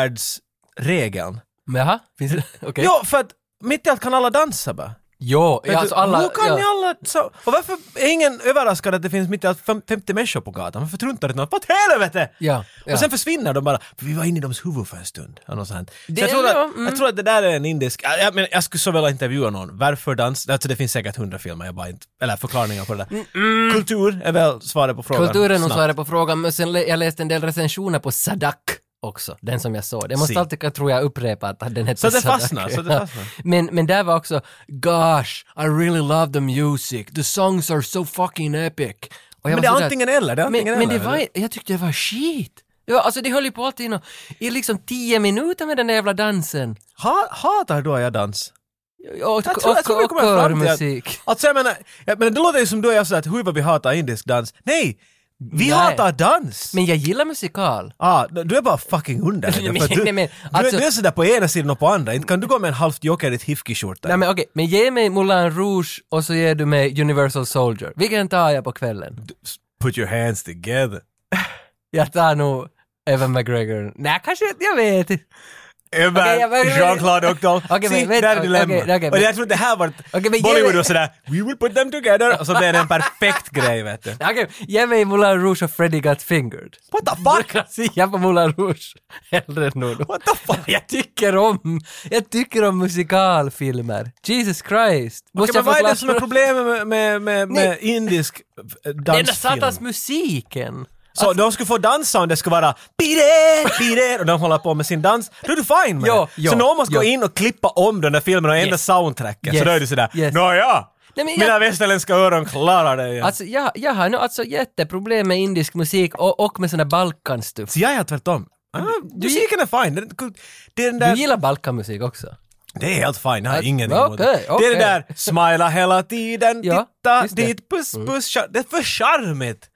S2: musikalvärldsregeln.
S1: Men jaha, finns det... Okej.
S2: Jo, för att mitt i allt kan alla dansa bara.
S1: Jo,
S2: Vet
S1: ja,
S2: du,
S1: alltså alla...
S2: nu kan
S1: ja.
S2: ni alla... Så, och varför är ingen överraskad att det finns mitt i allt fem- 50 människor på gatan? Varför truntar inte någon? Vad åt helvete!
S1: Ja, ja.
S2: Och sen försvinner de bara, för vi var inne i deras huvud för en stund. Eller något sånt. Så
S1: Det-
S2: jag, tror
S1: ja,
S2: att,
S1: mm.
S2: jag tror att det där är en indisk... Jag, jag, men jag skulle så vilja intervjua någon. Varför dans? Alltså det finns säkert hundra filmer, jag bara inte... Eller förklaringar på det
S1: Mm,
S2: där. Kultur är väl svaret på frågan.
S1: Kulturen och
S2: snabbt.
S1: svaret på frågan, men sen lä- jag läste en del recensioner på Sadak också, den som jag såg. Det måste
S2: Si.
S1: alltid, jag tror jag, upprepa att den hette
S2: Så det
S1: Sadak.
S2: fastnar, så det fastnar.
S1: Men, men där var också “Gosh, I really love the music, the songs are so fucking epic”. Och jag
S2: Men
S1: var
S2: det är
S1: sådär-
S2: antingen eller. Det är
S1: men,
S2: antingen
S1: men det
S2: eller.
S1: var, jag tyckte det var skit. Det var, alltså det höll ju på alltid och, i liksom tio minuter med den där jävla dansen.
S2: Ha, hatar då jag dans?
S1: Och, och,
S2: Jag tror, jag tror vi
S1: och,
S2: kommer fram till
S1: körmusik.
S2: att... Alltså jag menar, jag menar, det låter ju som du och jag sa att hur vad vi hatar indisk dans. Nej! Vi
S1: Nej.
S2: hatar dans!
S1: Men jag gillar musikal.
S2: Ah, du är bara fucking under.
S1: Nej, men-
S2: för att du,
S1: nej, men,
S2: du,
S1: alltså-
S2: är- du är sådär på ena sidan och på andra. Inte kan du gå med en halvt jockerig hifki-skjorta.
S1: Nej men okej, men ge mig Moulin Rouge och så ger du mig Universal Soldier. Vilken tar jag på kvällen?
S2: Put your hands together.
S1: Jag tar nog Evan McGregor. Nej, kanske inte, jag vet inte.
S2: Över
S1: Okej, jag- men-
S2: Jean-Claude Octal.
S1: Okej,
S2: Se,
S1: men vänta,
S2: där är
S1: okej,
S2: dilemmat.
S1: okej, okej,
S2: och
S1: men-
S2: jag tror det här var...
S1: Okej, men ge
S2: Bollywood
S1: mig-
S2: var sådär “We will put them together” och så blev det en perfekt grej vet du.
S1: Okej, ge mig Moulin Rouge och Freddy Got Fingered.
S2: What the fuck?
S1: Se, jag på Moulin Rouge. Hellre än Nono.
S2: What the fuck?
S1: Jag tycker om, jag tycker om musikalfilmer. Jesus Christ.
S2: Okej,
S1: Måste
S2: men vad är
S1: jag
S2: det som är problemet med, med, med, med indisk eh,
S1: Den där satans
S2: dansfilm?
S1: musiken.
S2: Så de skulle få dansa om det skulle vara beat it, beat it och de håller på med sin dans, då är du fine med
S1: Ja,
S2: det.
S1: ja,
S2: så någon måste gå
S1: ja.
S2: in och klippa om den där filmen och ändra
S1: Yes.
S2: soundtracken.
S1: Yes.
S2: Så då är du sådär,
S1: Yes.
S2: nåja!
S1: Nej, men jag-
S2: Mina västerländska öron klarar det. Alltså,
S1: Alltså jag, jag har nu alltså jätteproblem med indisk musik och, och med sån där balkanstuff.
S2: så jag är tvärtom. Ah, musiken är fine. Den, den
S1: Du
S2: där,
S1: gillar balkanmusik också?
S2: det är helt fine, jag har
S1: Att-
S2: ingenting emot
S1: okej,
S2: det. Det är det
S1: okej.
S2: där, smila hela tiden,
S1: Ja,
S2: titta
S1: just det. Mm.
S2: dit, puss puss, tja- det är för charmigt.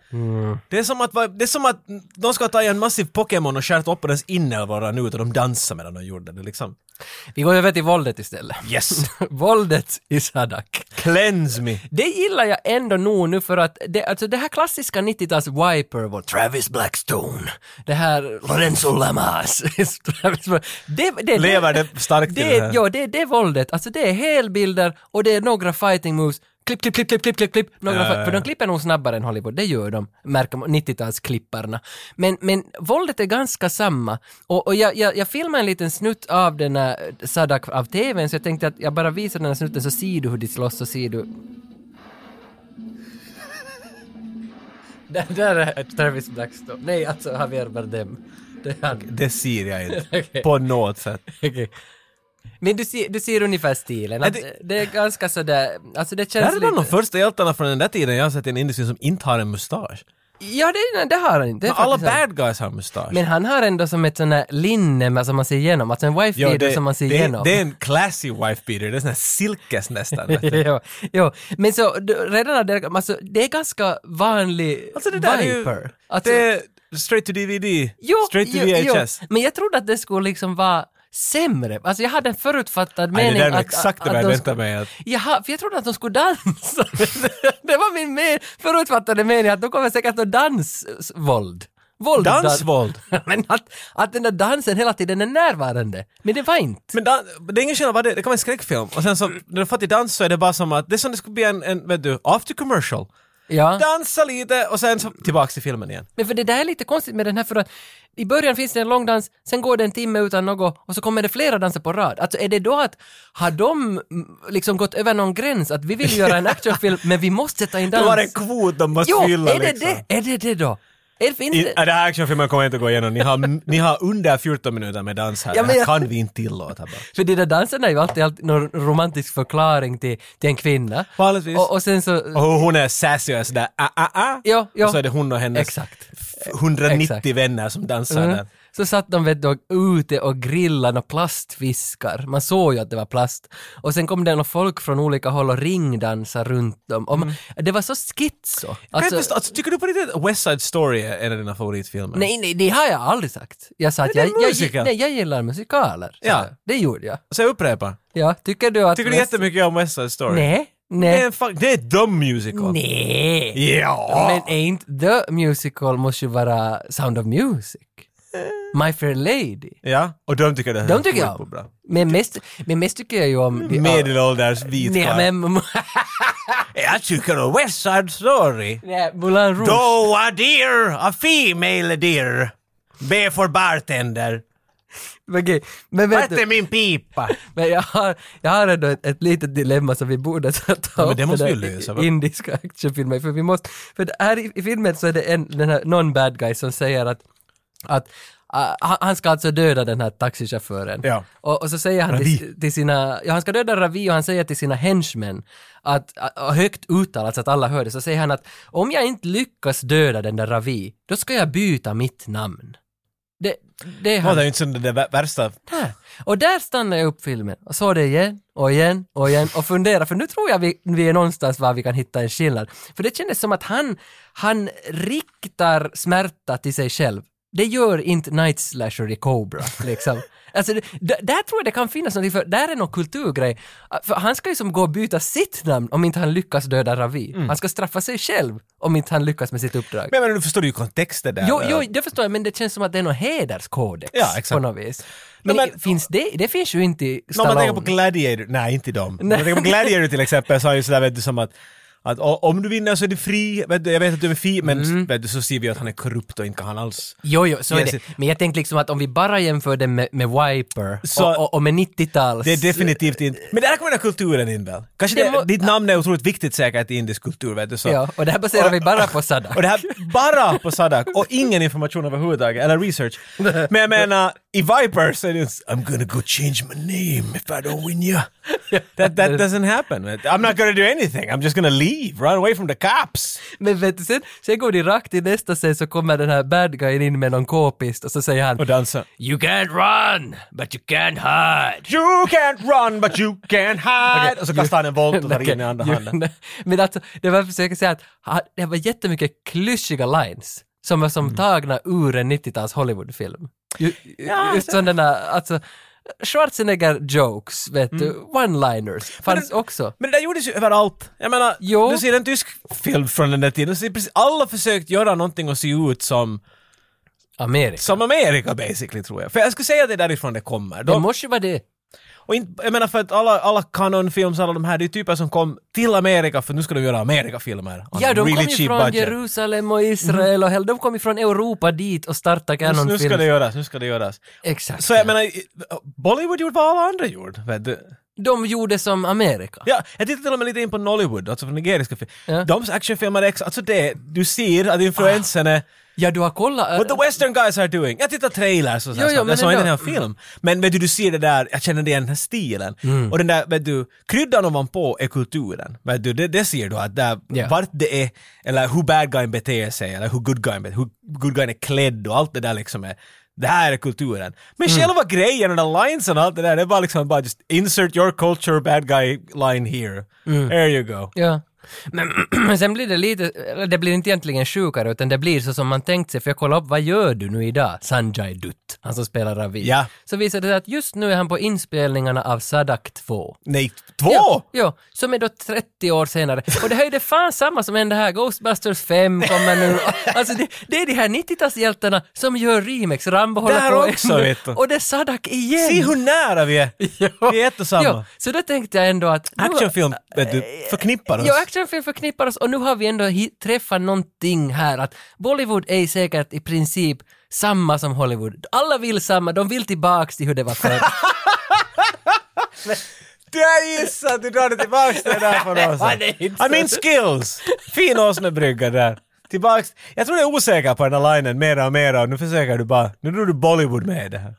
S2: Det, är som att, va- det är som att de ska ta en massiv Pokémon och skärt upp på dens inälvor nu och de dansar medan de gjorde det liksom.
S1: Vi går över till våldet istället.
S2: Yes!
S1: våldet i Sadak.
S2: Cleanse me!
S1: Det gillar jag ändå nog nu för att det, alltså det här klassiska 90-tals Wiper var Travis Blackstone, det här Lorenzo Lamas, Travis Black- det, det,
S2: Lever det starkt i
S1: det,
S2: det här?
S1: Ja, det, det är våldet. Alltså det är helbilder och det är några fighting moves. Klipp, klipp, klipp, klipp, klipp, klipp, klipp. Några
S2: Ja,
S1: fi-
S2: ja, ja.
S1: För de klipper nog snabbare än Hollywood, det gör de, märker man, 90-talsklipparna. Men, men våldet är ganska samma. Och, och jag, jag, jag filmade en liten snutt av den här Sadak av TVn, så jag tänkte att jag bara visar den här snutten så ser du hur de slåss och ser du Där, där är Travis Blackstone. Nej, alltså Javier Bardem. Det är han.
S2: Det ser jag inte.
S1: Okej.
S2: På något sätt.
S1: Okej. Men du ser, du ser ungefär stilen. Att
S2: Är
S1: det, är ganska sådär, alltså det
S2: Det
S1: känns
S2: här är bland de
S1: lite...
S2: första hjältarna från den där tiden jag har sett i en industri som inte har en mustasch.
S1: Ja, det, det har han inte. Det är
S2: Alla
S1: faktiskt sant.
S2: bad guys har mustasch.
S1: Men han har ändå som ett sånt där linne med- som man ser igenom, alltså en wife
S2: Ja,
S1: beater som man ser
S2: det,
S1: igenom.
S2: det är en classy wife beater, det är sån här silkes nästan. vet du.
S1: jo, jo, men så du, redan av det, alltså, det är ganska vanlig
S2: alltså det där är ju...
S1: viper. Alltså,
S2: Det är straight to DVD,
S1: Jo,
S2: straight to
S1: jo, jo.
S2: VHS.
S1: Men jag trodde att det skulle liksom vara sämre. Alltså jag hade en förutfattad
S2: Nej,
S1: mening
S2: det där var
S1: att,
S2: exakt
S1: att,
S2: det jag
S1: att de skulle...
S2: väntade mig. Att,
S1: Jaha, för jag trodde att de skulle dansa. det var min men... förutfattade mening att de kommer säkert att dansvåld. Våld.
S2: dansvåld!
S1: men att, att den där dansen hela tiden är närvarande. Men det var inte.
S2: Men dan- det är ingen skillnad, vad det, är. det kan vara en skräckfilm. Och sen så, när du får till dans så är det bara som att, det är som det skulle bli en, en vet du, after commercial.
S1: Ja.
S2: Dansa lite och sen så tillbaks till filmen igen.
S1: Men för det där är lite konstigt med den här för att i början finns det en lång dans, sen går det en timme utan något och så kommer det flera danser på rad. Alltså är det då att, har de mm, liksom gått över någon gräns att vi vill göra en actionfilm men vi måste sätta in dans?
S2: Det var en kvot de måste
S1: jo,
S2: fylla
S1: är det
S2: liksom.
S1: det? Är det det då? Är, finns
S2: I,
S1: det?
S2: äh, den här actionfilmen kommer jag inte gå igenom. Ni har, ni har under 14 minuter med dans här.
S1: Ja,
S2: det
S1: men
S2: här
S1: jag-
S2: kan vi inte tillåta bara.
S1: För de där danserna är ju alltid, alltid någon romantisk förklaring till, till en kvinna.
S2: Vanligtvis.
S1: Och, och sen så...
S2: Och hon är sassy och är sådär ah, ah, ah.
S1: Ja, ja.
S2: Och så är det hon och hennes
S1: Exakt.
S2: f- 190
S1: Exakt.
S2: vänner som dansar
S1: Mm.
S2: där.
S1: Så satt de vet du, ute och grillade och plastfiskar. Man såg ju att det var plast. Och sen kom det någon folk från olika håll och ringdansade runt dem. Och man, Det var så schizo.
S2: Mm. Kan jag
S1: Alltså,
S2: förstå- alltså, tycker du på riktigt att West Side Story är en av dina favoritfilmer?
S1: nej, nej, det har jag aldrig sagt. Jag sa att
S2: det är
S1: jag, jag,
S2: musical.
S1: jag, nej, jag gillar musikaler. sa
S2: Ja.
S1: jag. Det gjorde jag.
S2: Så jag upprepar.
S1: Ja, tycker du att...
S2: Tycker du jättemycket om West Side Story?
S1: Nej,
S2: Det är
S1: nej,
S2: en fuck, det är ett dum musical.
S1: nej.
S2: Ja!
S1: Men är inte The Musical måste ju vara Sound of Music? My Fair Lady?
S2: Ja, och de tycker det här
S1: De tycker jag
S2: sjukt bra. Mm.
S1: om. Men mest, men mest tycker jag ju om... de-
S2: Medelålders vit
S1: Nej,
S2: karl.
S1: men...
S2: Jag tycker om West Side Story.
S1: Nej, Moulin Rouge.
S2: Though a deer, a female deer. B for bartender.
S1: Men, okej, men vet
S2: Vart är
S1: du,
S2: min pipa?
S1: men jag, har, jag har ändå ett, ett litet dilemma som vi borde ta ta
S2: men
S1: upp
S2: det måste
S1: den
S2: vi
S1: här
S2: lösa, va?
S1: indiska actionfilmen. För vi måste, för det här i, i filmen så är det en, den här non-bad guy som säger att, att ah, han- han ska alltså döda den här taxichauffören.
S2: Ja.
S1: Och, och så säger han
S2: Ravi.
S1: till, till sina, ja han ska döda Ravi och han säger till sina henchmen att, ah, och högt uttalat så att alla hör det, så säger han att om jag inte lyckas döda den där Ravi, då ska jag byta mitt namn. Det, det är
S2: Det
S1: hans
S2: är ju inte som det där vä- värsta.
S1: där. Och där stannade jag upp filmen och såg det igen och igen och igen och funderade, för nu tror jag vi, vi är någonstans var vi kan hitta en skillnad. För det kändes som att han, han riktar smärta till sig själv. Det gör inte Night Slasher i Cobra, liksom. Alltså, det, d- där tror jag det kan finnas någonting, för där är någon kulturgrej. För han ska ju som gå och byta sitt namn om inte han lyckas döda Ravi. Han ska straffa sig själv om inte han lyckas med sitt uppdrag.
S2: Men, men du förstår ju kontexten där.
S1: Jo, jo, det förstår jag, men det känns som att det är någon hederskodex
S2: Ja, exakt.
S1: på något vis. Men,
S2: men-
S1: finns det, det finns ju inte i
S2: Om man
S1: Stallone.
S2: tänker på Gladiator, nej inte dem. Om man tänker på Gladiator till exempel så är ju sådär vet du som att Att o- om du vinner så är du fri, vet du, jag vet att du är fri, men
S1: Mm.
S2: vet du, så ser vi att han är korrupt och inte kan han alls.
S1: Jo, jo, så är
S2: Yes,
S1: det.
S2: it-
S1: Men jag tänkte liksom att om vi bara jämför den med, med Wiper
S2: Så-
S1: och, och, och med 90-tals...
S2: Det är definitivt inte... Men där kommer den här kulturen in väl? Kanske
S1: Det
S2: det,
S1: må-
S2: ditt namn är otroligt viktigt säkert i indisk kultur, vet du. Så.
S1: Ja, och det här baserar vi bara på Sadak.
S2: Och det här bara på Sadak och ingen information överhuvudtaget, eller research. Men jag menar, i Viper så är det ju s- I'm gonna go change my name if I don't win you. That, that doesn't happen. I'm not gonna do anything, I'm just gonna leave, run away from the cops.
S1: Men vet du, sen, sen går de rakt i nästa scen så kommer den här bad guyen in med någon k-pist och så säger han
S2: Och dansa.
S1: “You can't run, but you can hide”.
S2: You can't run but you can hide. Och så kastar han en volt och tar in i andra
S1: Okej,
S2: handen.
S1: ju- Men alltså, det var jag försöker säga att ha- det var jättemycket klyschiga lines som var
S2: Mm.
S1: som tagna ur en 90-tals Hollywoodfilm. Ju-
S2: Ja,
S1: Just sådana, där, alltså, Schwarzenegger jokes, vet du, one-liners fanns
S2: Men-
S1: också.
S2: Men Mm. det där gjordes ju överallt. Jag menar,
S1: Jo.
S2: du ser en tysk film från den där tiden, så det är precis, alla försökt göra någonting och se ut som,
S1: Amerika.
S2: som Amerika basically, tror jag. För jag skulle säga att det är därifrån det kommer.
S1: Det
S2: De,
S1: måste ju vara det.
S2: och inte, jag menar för att alla, alla kanonfilms, alla de här, det är typer som kom till Amerika för nu ska de göra Amerikafilmer. on
S1: Ja,
S2: a
S1: de
S2: really
S1: kom ju
S2: cheap
S1: från
S2: budget.
S1: Jerusalem och Israel och hela, de kom ju från Europa dit och startade
S2: Nu- Nu ska det
S1: Canonfilm.
S2: göras, nu ska det göras.
S1: Exakt.
S2: Så jag menar, i- Bollywood gjorde vad alla andra gjorde. vet du.
S1: De gjorde som Amerika.
S2: Ja, jag tittade till och med lite in på Nollywood, alltså från nigeriska filmer.
S1: Ja.
S2: De actionfilmer, är ex- alltså det, du ser att influensen är
S1: Ja, du har kollat...
S2: What the western guys are doing! Jag tittar trailers och
S1: Jo,
S2: sådär,
S1: jo,
S2: jo,
S1: men
S2: jag såg inte den
S1: ändå.
S2: här film. Men vet du, du ser det där, jag känner igen den här stilen.
S1: Mm.
S2: Och den där, vet du, kryddan ovanpå är kulturen. Vet du, det, det ser du att där,
S1: Ja.
S2: vart det är, eller hur bad guyen beter sig, eller hur good guyen, bet- hur good guyen är klädd och allt det där liksom är det här är kulturen. Men
S1: Mm.
S2: själva grejen och den där linesen och allt det där, det är bara liksom bara just insert your culture bad guy line here.
S1: Mm.
S2: There you go.
S1: Ja. Men sen blir det lite, eller det blir inte egentligen sjukare utan det blir så som man tänkt sig för jag kollade upp vad gör du nu idag, Sanjay Dutt, han som spelar Ravi.
S2: Ja.
S1: Så visade det sig att just nu är han på inspelningarna av Sadak 2.
S2: Nej, två!
S1: Ja, ja, som är då 30 år senare. Och det här är ju det fan samma som hände här, Ghostbusters 5 kommer nu. Alltså det, det är de här 90-talshjältarna som gör remix, Rambo håller
S2: Där
S1: på
S2: också, vet du.
S1: och det är Sadak igen.
S2: Se hur nära vi är!
S1: Ja.
S2: Vi är ett och samma.
S1: Ja, så då tänkte jag ändå att... nu-
S2: Actionfilm, vet du, förknippar oss.
S1: Jo, actionfilm förknippar oss och nu har vi ändå hi- träffat någonting här att Bollywood är säkert i princip samma som Hollywood. Alla vill samma, de vill tillbaks till hur det var förr.
S2: Jag gissar att du drar det tillbaks det där för oss.
S1: Ja, det är inte
S2: I mean skills! Fin åsnebrygga där. Tillbaks. Jag tror du är osäker på den här linen mera och mera och nu försöker du bara, nu tror du Bollywood med i det här.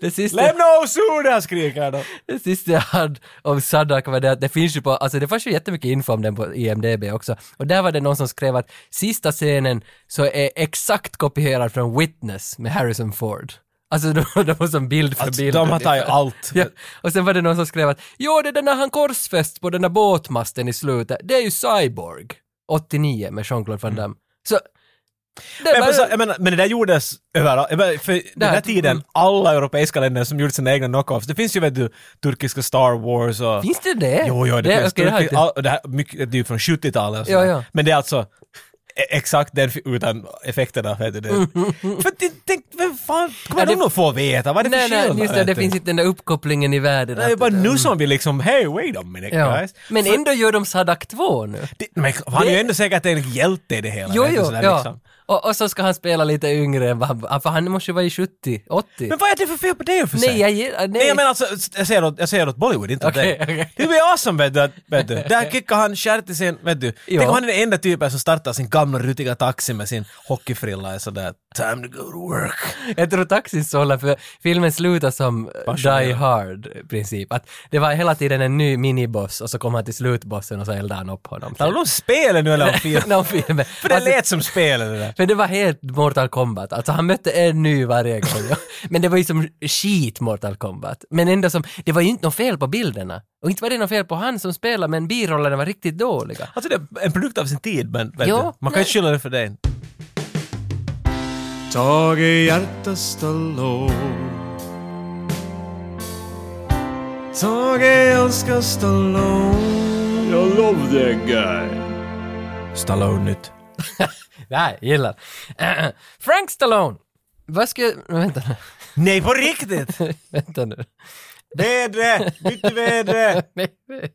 S1: det, sista,
S2: Lämna Ozuna skriker de.
S1: det sista jag hade om Sadak var det att det finns ju på, alltså det fanns ju jättemycket info om den på IMDB också och där var det någon som skrev att sista scenen så är exakt kopierad från Witness med Harrison Ford. Alltså de, de var som bild för
S2: Alltså,
S1: bild.
S2: de har tagit allt.
S1: Ja. Och sen var det någon som skrev att jo, det är den där han korsfäst på den där båtmasten i slutet, det är ju Cyborg 89 med Jean-Claude Van Damme. Så... Det
S2: Mm. Men,
S1: var,
S2: på så- jag menar, men det där gjordes överallt. Jag menar, För den
S1: Där,
S2: här tiden,
S1: mm.
S2: alla europeiska länder som gjorde sina egna knockoffs. Det finns ju vet du, turkiska Star Wars och...
S1: finns det det?
S2: Jo, jo, det,
S1: det,
S2: finns
S1: okej, det har jag
S2: turkisk,
S1: inte-
S2: all, det, här, mycket, det är ju från 70-talet och
S1: Ja,
S2: sådär.
S1: ja.
S2: Men det är alltså e- exakt den fi- utan effekterna. Vet du, det. För det, tänk, vem fan kommer
S1: Ja, det-
S2: de nog få veta? Vad är det
S1: Nej,
S2: för
S1: nej,
S2: skillnad?
S1: just det,
S2: vet
S1: det
S2: du?
S1: finns inte den där uppkopplingen i världen.
S2: det är
S1: att-
S2: bara nu som vi liksom, hey wait a minute
S1: ja.
S2: guys.
S1: Men ändå gör de Sadak 2 nu.
S2: Det, men han är
S1: Det-
S2: ju ändå säkert en hjälte i det hela.
S1: Jo,
S2: vet du,
S1: jo,
S2: sådär
S1: ja.
S2: liksom.
S1: Och, och så ska han spela lite yngre än vad han, för han måste ju vara i 70, 80.
S2: Men vad är det för fel på det i och för
S1: nej,
S2: sig?
S1: jag ger- nej,
S2: Nej, jag menar alltså, jag säger åt, jag säger åt Bollywood, inte åt
S1: Okej,
S2: dig.
S1: okej.
S2: Det blir awesome vet du, att- vet du. Där kickar han stjärtisen, vet du.
S1: Jo.
S2: Tänk om han är den enda typen som startar sin gamla rutiga taxi med sin hockeyfrilla och sådär “Time to go to work”.
S1: Jag tror taxin sållar för filmen slutar som
S2: Passionerad.
S1: Die Hard i princip. Att det var hela tiden en ny miniboss och så kom han till slutbossen och så eldade han upp honom.
S2: Talar du om spelet nu eller om filmen?
S1: Någon film.
S2: För det
S1: Alltså,
S2: lät som spelet det där.
S1: för det var helt Mortal Kombat, alltså han mötte en ny varje gång. Men det var ju som skit Mortal Kombat. Men ändå som, det var ju inte något fel på bilderna. Och inte var det något fel på han som spelade men birollerna var riktigt dåliga.
S2: Alltså det är en produkt av sin tid men vet
S1: Jo,
S2: du, man kan
S1: nej.
S2: inte skylla det för dig.
S4: Tage hjärta Stallone Tage älskar Stallone Jag love that guy
S2: Stallone nytt.
S1: Nej, gillar. Frank Stallone! Vad ska jag... Vänta nu.
S2: Nej, på riktigt!
S1: Vänta nu.
S2: Vädre! Nytt i vädre!
S1: Nej, nej.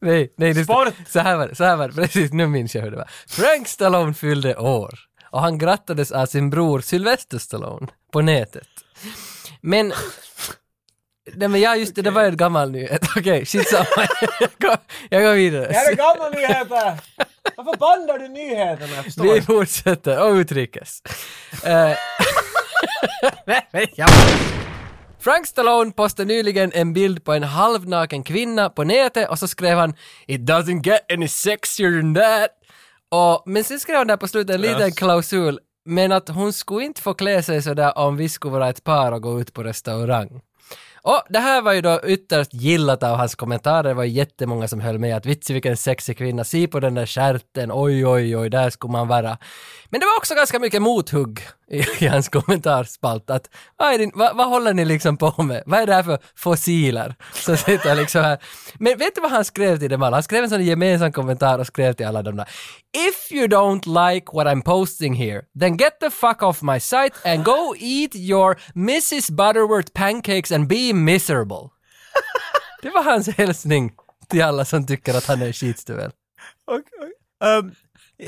S1: Nej, nej. Det
S2: Sport!
S1: Så här var det, så här var det, precis nu minns jag hur det var. Frank Stallone fyllde år och han grattades av sin bror Sylvester Stallone på nätet. Men... Nej men jag just det, det var ju en gammal nyhet. Okej, skitsamma. jag, går, jag går vidare.
S2: Det här är gamla nyheter! Varför bandar du nyheterna? Jag förstår
S1: Vi
S2: inte.
S1: fortsätter, och utrikes. Eh, Nej, men jag- Frank Stallone postade nyligen en bild på en halvnaken kvinna på nätet och så skrev han “It doesn't get any sexier than that”. Och, men sen skrev han där på slutet en liten
S2: Yes.
S1: klausul, men att hon skulle inte få klä sig sådär om vi skulle vara ett par och gå ut på restaurang. Och det här var ju då ytterst gillat av hans kommentarer, det var ju jättemånga som höll med att vitsi vilken sexig kvinna, se på den där skärten, oj oj oj, där skulle man vara. Men det var också ganska mycket mothugg i, i hans kommentarspalt att vad, är din, vad, vad håller ni liksom på med, vad är det här för fossiler? Så sitter jag liksom här. Men vet du vad han skrev till dem alla? Han skrev en sån gemensam kommentar och skrev till alla de där. If you don't like what I'm posting here, then get the fuck off my site and go eat your Mrs Butterworth pancakes and be miserable. Det var hans hälsning till alla som tycker att han är skitstuvel.
S2: Okej. Ehm,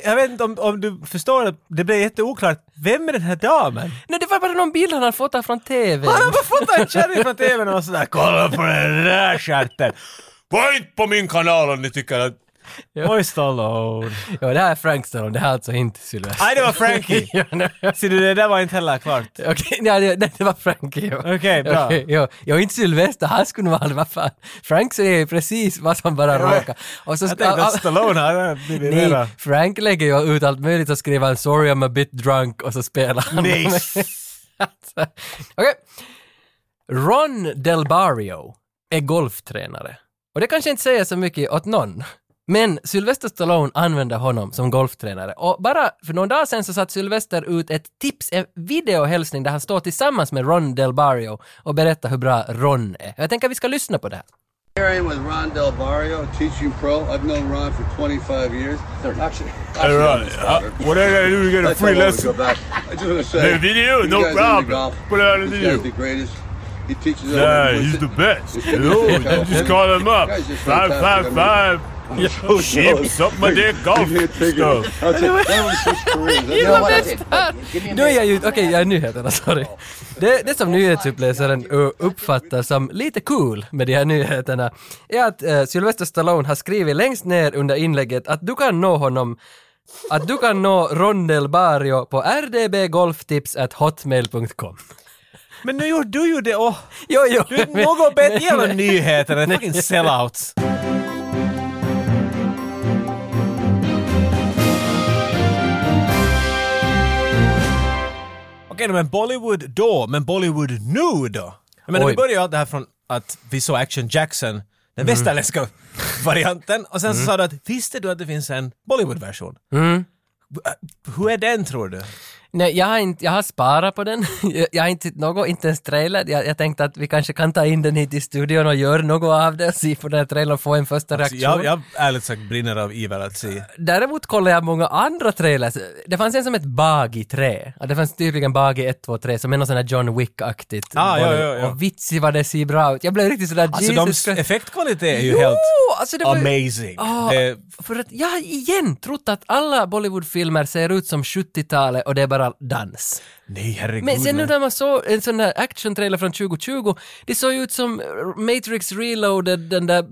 S2: jag vet inte om, om du förstår att det blev jätteoklart. Vem är den här damen?
S1: Nej, det var bara någon bild han hade fått här från TV.
S2: Han har bara fått en kärring från TVn och var sådär “Kolla på den där stjärten!” Var inte på min kanal om ni tycker att...
S1: Ja.
S2: Oj, Stallone.
S1: Ja, det här är Frank Stallone, det här är alltså inte Sylvester.
S2: Nej, det var Frankie.
S1: ja, nej,
S2: Ser du, det där var inte heller klart.
S1: Okej, nej, det- nej, det var Frankie. ja.
S2: Okej, bra.
S1: Okej, ja. Jag är inte Sylvester, han skulle nog aldrig, vad fan. Frank säger ju precis vad som bara
S2: Ja.
S1: råkar. Och så,
S2: Jag tänkte att Stallone hade blivit
S1: Nej,
S2: mera...
S1: Frank lägger ju ut allt möjligt och skriver han “Sorry I'm a bit drunk” och så spelar han.
S2: Nice.
S1: alltså, okej. Ron Del Barrio är golftränare. Och det kanske inte säger så mycket åt någon. Men Sylvester Stallone använder honom som golftränare. Och bara för någon dag sedan så satt Sylvester ut ett tips, en videohälsning där han står tillsammans med Ron Del Barrio och berättar hur bra Ron är. Jag tänker att vi ska lyssna på det här.
S5: Here I am with Ron Del Barrio, teaching pro. I've known Ron for 25 years. Actually, actually I'm
S4: uh,
S5: his father.
S4: What did I do to get
S5: I told him to go back. I just want to say,
S4: Hey, video,
S5: you
S4: no
S5: guys into
S4: problem.
S5: golf,
S4: Put it on the
S5: this
S4: video.
S5: guy's the greatest. He teaches.
S4: Yeah,
S5: everyone.
S4: he's the best.
S5: He's
S4: You know,
S5: the best.
S4: just call him up.
S5: Guys, just
S4: Five, five,
S5: fantastic.
S4: five. Sheep, suck my dick, golf
S5: You can't take it.
S4: stuff.
S5: That's it. That was his career. That's
S1: Det
S5: all
S1: var
S5: I-
S1: bäst här! Nu är jag ju, okej jag är nyheterna, sorry. Det, det som nyhetsuppläsaren ö, uppfattar som lite cool med de här nyheterna är att eh, Sylvester Stallone har skrivit längst ner under inlägget att du kan nå honom att du kan nå Rondel Barrio på rdbgolftips.hotmail.com.
S2: Men nu gjorde du ju det och...
S1: Jo, jo.
S2: Du är inte något bättre genom nyheterna. Fucking sellouts. Okej, men Bollywood då, men Bollywood nu då? Jag menar,
S1: Oj.
S2: vi började ju allt det här från att vi såg Action Jackson, den västerländska varianten, och sen så sa du att visste du att det finns en Bollywood-version? Hur är den tror du?
S1: Nej, jag har, inte, jag har sparat på den. Jag, jag har inte sett något, inte ens trailer. Jag, jag tänkte att vi kanske kan ta in den hit i studion och göra något av det och se på den här trailern och få en första reaktion.
S2: Alltså, Jag, jag ärligt sagt brinner av iver att se.
S1: Däremot kollade jag många andra trailers. Det fanns en som ett bag i trä. Ja, Det fanns tydligen bag i 1, 2, 3 som är något sån här John Wick-aktigt.
S2: Ah, ja, ja, ja.
S1: Och vitsi vad det ser bra ut. Jag blev riktigt sådär
S2: Alltså
S1: Jesus
S2: de
S1: Christ.
S2: effektkvalitet är ju
S1: Jo,
S2: helt
S1: alltså det var ju-
S2: amazing.
S1: Ah,
S2: Det,
S1: För att jag har igen trott att alla Bollywood-filmer ser ut som 70-talet och det är bara dans.
S2: nej herregud.
S1: Men sen nu
S2: men-
S1: när man såg en sån här action-trailer från 2020, det såg ju ut som Matrix Reloaded, den där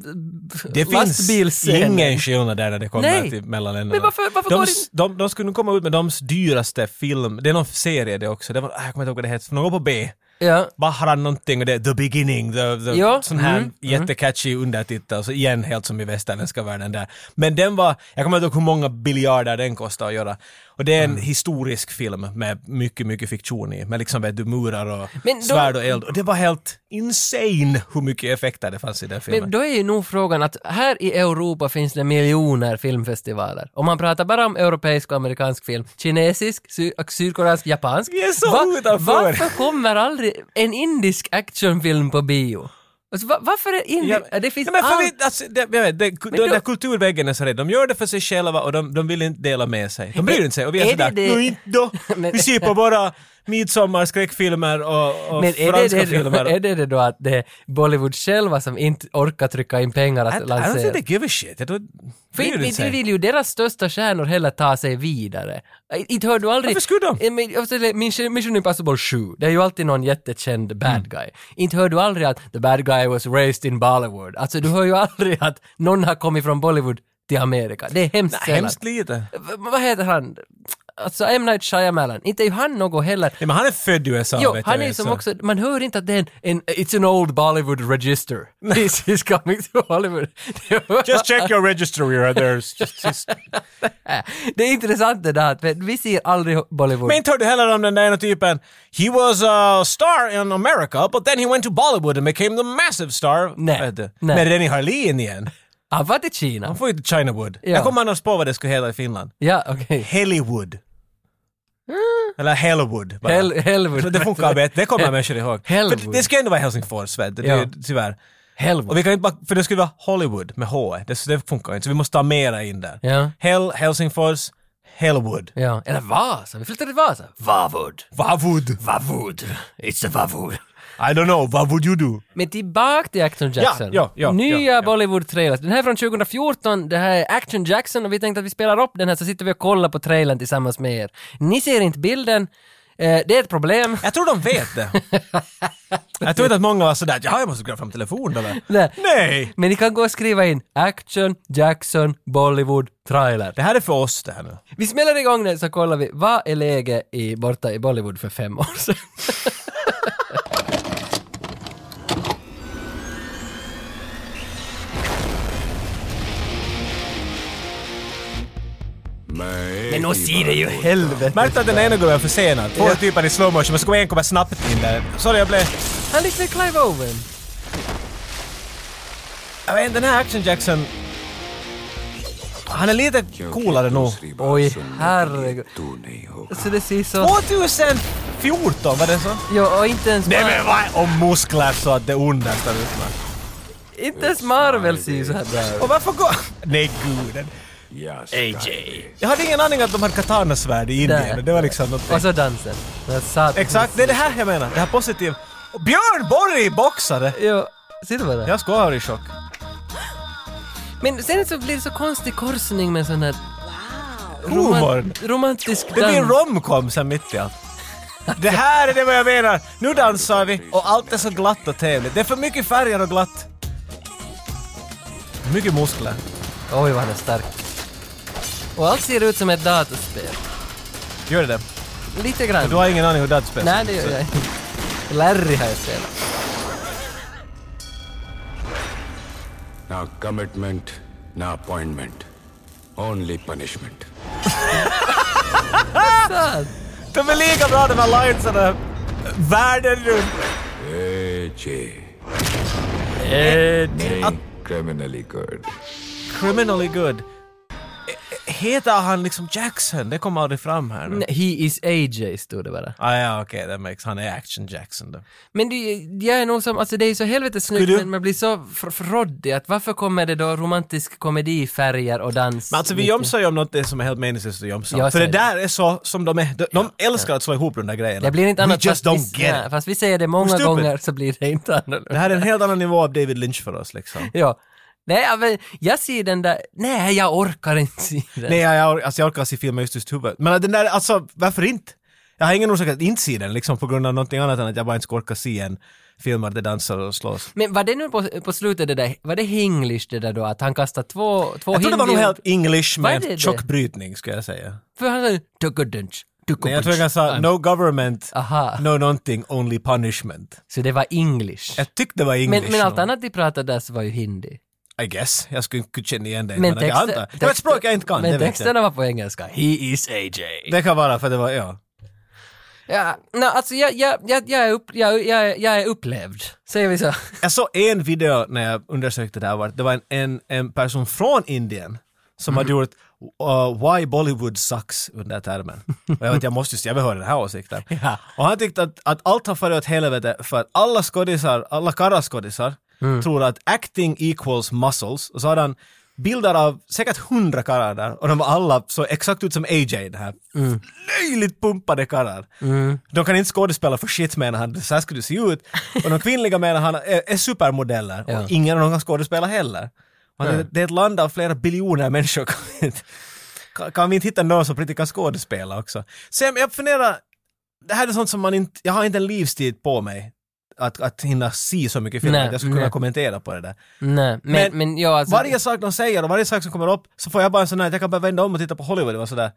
S2: det finns
S1: lastbilsscenen.
S2: ingen skillnad där när det kommer
S1: Nej.
S2: till mellanländerna.
S1: Men varför- varför
S2: de,
S1: går
S2: s- de, de skulle nog komma ut med deras dyraste film, det är någon serie det också, det var, ah, jag kommer inte ihåg vad det heter, någon på B.
S1: Ja.
S2: Bahran någonting och det är The Beginning, the, the,
S1: Ja,
S2: sån här
S1: mm,
S2: jättecatchy undertitel, så igen helt som i västerländska världen där. Men den var, jag kommer inte ihåg hur många biljarder den kostade att göra. Och det är
S1: Mm.
S2: en historisk film med mycket, mycket fiktion i, med liksom vet du murar och
S1: Men då-
S2: svärd och eld. Och det var helt insane hur mycket effekter det fanns i den filmen.
S1: Men då är ju nog frågan att här i Europa finns det miljoner filmfestivaler. Om man pratar bara om europeisk och amerikansk film, kinesisk, sy- och sydkoreansk, japansk.
S2: Vi är så utanför.
S1: Varför kommer aldrig en indisk actionfilm på bio? Alltså, va, varför är indisk? det finns
S2: ja, men för
S1: allt.
S2: vi, alltså, det, jag vet, det, den
S1: då-
S2: där kulturväggen är så rädd. De gör det för sig själva och de, de vill inte dela med sig. De bryr inte sig och vi är,
S1: Är det
S2: sådär,
S1: det-
S2: "Nå, inte då.
S1: Men-
S2: Vi ser på bara midsommarskräckfilmer och, och
S1: Men är det,
S2: franska
S1: det,
S2: filmer.
S1: är det det då att det är Bollywood själva som inte orkar trycka in pengar
S2: I, I
S1: att
S2: don't think
S1: lansera?
S2: they give a shit. Jag tror,
S1: För
S2: det gör
S1: inte
S2: det
S1: inte
S2: sig.
S1: vill ju deras största stjärnor heller ta sig vidare. I- Inte hör du aldrig...
S2: Varför skulle de?
S1: Eh, men jag säger, Mission, Mission Impossible 7, det är ju alltid någon
S2: Mm.
S1: jättekänd bad guy. Inte hör du aldrig att the bad guy was raised in Bollywood. Alltså du hör ju aldrig att någon har kommit från Bollywood till Amerika. Det är hemskt
S2: Nej,
S1: sällan.
S2: Hemskt lite.
S1: V- Vad heter han? Alltså M. Night Shyamalan, inte är ju han något heller.
S2: Nej, men han är född i USA
S1: Jo,
S2: vet
S1: han
S2: jag
S1: är
S2: ju,
S1: ju som
S2: så.
S1: också, man hör inte att det är en, en it's an old Bollywood register. This is coming to Hollywood.
S2: Just check your registry here. There's just, just.
S1: det är intressant det där, att vi- vi ser aldrig Bollywood.
S2: Men inte hörde heller om den där ena typen. He was a star in America but then he went to Bollywood and became the massive star.
S1: Nej,
S2: Vet du.
S1: nej.
S2: Med Rennie Harlin igen.
S1: Han Ah, var till
S2: Han
S1: Kina.
S2: får ju till Chinawood.
S1: Ja.
S2: Jag kommer annars på vad det skulle heta i Finland.
S1: Ja, okej.
S2: Hollywood.
S1: Mm.
S2: Eller Hellwood. bara.
S1: Hel- Hellwood.
S2: Så Det funkar bättre, det kommer människor ihåg.
S1: Hellwood.
S2: För det ska ändå vara Helsingfors, vet du. Det är
S1: Ja.
S2: ju tyvärr. Och
S1: Helvete.
S2: vi kan inte bara, för det skulle vara Hollywood med H. E. Det, så det funkar inte, så vi måste ta mera in där.
S1: Ja.
S2: Hell, Helsingfors, Hellwood.
S1: Ja, eller Vasa. Vi flyttade till Vasa. Vavud.
S2: Vavud.
S1: Vavud. It's a Vavud.
S2: I don't know, vad would you do?
S1: Men tillbaka till Action Jackson.
S2: ja, ja,
S1: Nya
S2: ja, ja.
S1: Bollywood-trailers. Den här är från 2014, det här är Action Jackson och vi tänkte att vi spelar upp den här så sitter vi och kollar på trailern tillsammans med er. Ni ser inte bilden, eh, det är ett problem.
S2: Jag tror de vet det. jag tror inte att många var sådär, ja, jag måste gräva fram telefonen eller?
S1: Nej.
S2: Nej!
S1: Men ni kan gå och skriva in Action Jackson Bollywood Trailer.
S2: Det här är för oss det här nu.
S1: Vi smäller igång den så kollar vi, vad är läget i, borta i Bollywood för fem år sedan? Men nu ser det ju helvete
S2: Märkte att den ena gubben är försenad. Två typer i slow motion, men så kom en komma snabbt in där. Sorry, jag blev...
S1: Han liknar Clive Owen.
S2: Jag vet inte, den här Action Jackson... Han är lite coolare nog.
S1: Oj, herregud. Så det ser så...
S2: 2014, var det så?
S1: Ja, och inte ens, Mar-
S2: Nej men vad? Och muskler så att det ondas där ute.
S1: inte ens Marvel ser ju så här bra ut.
S2: Och varför går... Nej guden. AJ. Jag hade ingen aning att de hade katanasvärd i
S1: Där.
S2: Indien. Det var liksom något...
S1: Och så dansen. Den satt.
S2: Exakt, det är det här jag menar. Det här positiva. Och Björn Borg boxade!
S1: Jo, ser du vad det är?
S2: Jag ska vara i chock.
S1: Men sen så blir det så konstig korsning med sån här
S2: Humorn.
S1: romant- romantisk
S2: Det
S1: dans.
S2: blir en romcom sen mitt i allt. Det här är det vad jag menar. Nu dansar vi och allt är så glatt och trevligt. Det är för mycket färger och glatt. Mycket muskler.
S1: Oj, vad han är stark. Och allt ser ut som ett datorspel.
S2: Gör det det?
S1: Lite grann.
S2: Du har ingen aning hur dödsspel
S1: Nej, det gör jag inte. Larry har jag spelat.
S6: Now commitment, now appointment. Only punishment.
S1: Sant.
S2: De är lika bra de här linesarna. Världen runt.
S6: AJ. Name criminally good.
S2: Criminally good. Eh, Heter han liksom Jackson? Det kommer aldrig fram här nu.
S1: Nej, He is AJ, stod det bara.
S2: Ah, ja, okej, det makes... Han är Action Jackson då.
S1: Men det, jag är nog som, alltså det är ju så helvete snyggt,
S2: Skulle du-
S1: men man blir så fr- förråddig att varför kommer det då romantisk komedi, färger och dans?
S2: Men alltså vi
S1: mitt i?
S2: jomsar ju om något det som är helt meningslöst att jomsa om.
S1: Jag
S2: För det
S1: säger
S2: där är så som de är. De, de älskar att slå ihop de där grejerna.
S1: Det blir inte annat
S2: We just
S1: fast,
S2: don't
S1: vi,
S2: get
S1: nej,
S2: it.
S1: fast vi säger det många
S2: Stupid.
S1: gånger så blir det inte annorlunda.
S2: Det här är en helt annan nivå av David Lynch för oss liksom.
S1: Ja. Nej, jag, vet- jag ser den där... Nej, jag orkar inte se den.
S2: Nej, jag, jag, alltså, jag orkar se filmen just i huvudet. Men den där, alltså varför inte? Jag har ingen orsak att inte se den liksom på grund av någonting annat än att jag bara inte ska orka se en film där det dansar och slås.
S1: Men var det nu på, på slutet det där, var det Hinglish det där då, att han kastade två, två
S2: Jag tror det var nog
S1: hindi-
S2: helt English
S1: Vad är
S2: med
S1: det det?
S2: tjock brytning skulle jag säga.
S1: För han sa tukudunch,
S2: Nej, jag tror jag sa no government,
S1: Aha.
S2: no någonting, only punishment.
S1: Så det var English.
S2: Jag tyckte det var English.
S1: Men, men allt
S2: nog.
S1: annat de pratade där så var ju hindi.
S2: I guess. Jag skulle inte kunna känna igen det.
S1: Men
S2: jag
S1: texten-
S2: antar. Det var ett språk jag inte kan. det
S1: Men
S2: vet jag.
S1: texterna var på engelska. He is AJ.
S2: Det kan vara för det var, ja.
S1: Ja, no, alltså jag, jag, jag, jag, är upp, jag, jag, jag är upplevd. Säger vi så?
S2: Jag såg en video när jag undersökte det här. var- Det var en, en, en person från Indien som
S1: Mhm.
S2: hade gjort uh, “Why Bollywood Sucks” under termen. Och jag vet, jag måste ju se, jag vill höra den här åsikten.
S1: Ja.
S2: Och han tyckte att, att allt har farit åt helvete för att alla
S1: Mm.
S2: skådisar, alla karlaskådisar, tror att acting equals muscles. Och så hade han bilder av säkert hundra karlar där och de var alla så exakt ut som AJ det här.
S1: Mm.
S2: Löjligt pumpade karlar. De kan inte skådespela för shit menar han, så här ska du se ut. Och de kvinnliga menar han är, är supermodeller
S1: Ja.
S2: och ingen av dem kan skådespela heller. Man, det, det är ett land av flera biljoner människor. Kan vi inte- Kan, kan vi inte hitta någon som på riktigt kan skådespela också? Sen jag funderar, det här är sånt som man inte, jag har inte en livstid på mig att, att hinna se så mycket film
S1: Nej,
S2: att jag skulle kunna
S1: nej. Alltså-
S2: kommentera på det där.
S1: Nej, men, men,
S2: Men
S1: ja, alltså,
S2: Varje sak de säger och varje sak som kommer upp så får jag bara en sån här att jag kan bara vända om och titta på Hollywood och vara sådär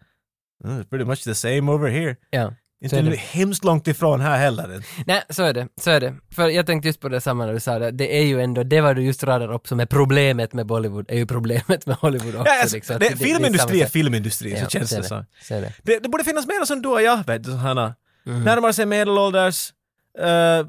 S2: "Mm, it's pretty much the same over here.
S1: ja, så
S2: Inte
S1: är
S2: nu
S1: det.
S2: hemskt långt ifrån här heller.
S1: Nej, så är det. Så är det. För jag tänkte just på det samma när du sa det. Det är ju ändå, det var du just radar upp som är problemet med Bollywood, är ju problemet med Hollywood också.
S2: Ja, alltså,
S1: liksom.
S2: det,
S1: Att det- det är
S2: filmindustri är
S1: samma sak.
S2: filmindustri, så känns
S1: så är
S2: det så.
S1: Så är det.
S2: Det, det borde finnas mer som du och jag, vet du, sådana.
S1: Mm.
S2: Närmar sig medelålders, eh,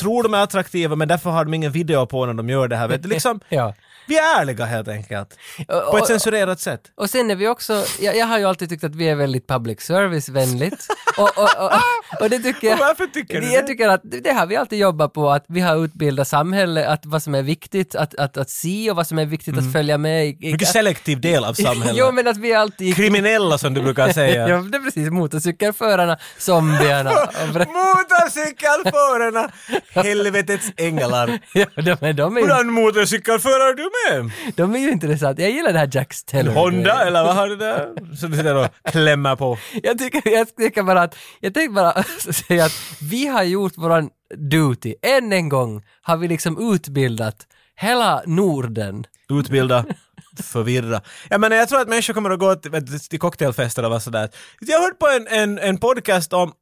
S2: tror de är attraktiva men därför har de ingen video på när de gör det här. Vet du. Liksom,
S1: Ja.
S2: vi är ärliga helt enkelt.
S1: Och-
S2: På
S1: och-
S2: ett censurerat sätt.
S1: Och sen är vi också, jag, jag har ju alltid tyckt att vi är väldigt public service-vänligt. Och, och, och, och, och det tycker jag...
S2: Och varför tycker du
S1: Jag
S2: det?
S1: tycker att det det har vi alltid jobbat på, att vi har utbildat samhället, att vad som är viktigt att, att, att se och vad som är viktigt
S2: Mm.
S1: att följa med. i- i-
S2: Mycket
S1: att-
S2: selektiv del av
S1: Jo,
S2: samhället.
S1: men att vi alltid...
S2: Kriminella som du brukar säga.
S1: Ja, det är precis motorcykelförarna, zombierna. och bre-
S2: Motorcykelförarna! Helvetets änglar.
S1: ja, de, men de, är ju,
S2: Hurdan motorcykelförare är du med?
S1: de är ju intressanta. Jag gillar det här Jack Steller.
S2: Honda eller vad har du där? Som du sitter och klämmer på.
S1: Jag tycker, jag tycker bara att, jag tänkte bara säga att vi har gjort våran duty. Än en gång har vi liksom utbildat hela Norden.
S2: Utbilda, förvirra. Jag menar, jag tror att människor kommer att gå till, vet du, till cocktailfester och vara sådär. Jag hörde på en, en, en podcast om...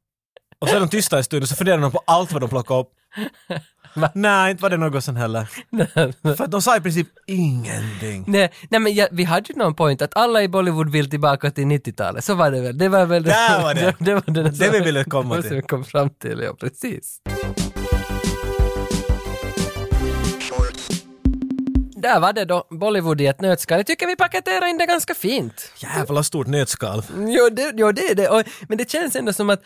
S2: Och så är de tysta en stund och så funderar de på allt vad de plockar upp. Nej, inte var det något sånt heller. För att de sa i princip ingenting.
S1: Nej, nej men jag, vi hade ju någon point att alla i Bollywood vill tillbaka till 90-talet, så var det väl? Det var väl
S2: Där var det.
S1: det, var det,
S2: Det vi ville komma
S1: det som
S2: till.
S1: vi kom fram till, ja precis. Där var det då, Bollywood i ett nötskal. Jag tycker vi paketerar in det ganska fint.
S2: Jävla stort nötskal.
S1: Jo, det, jo, det är det. Och, men det känns ändå som att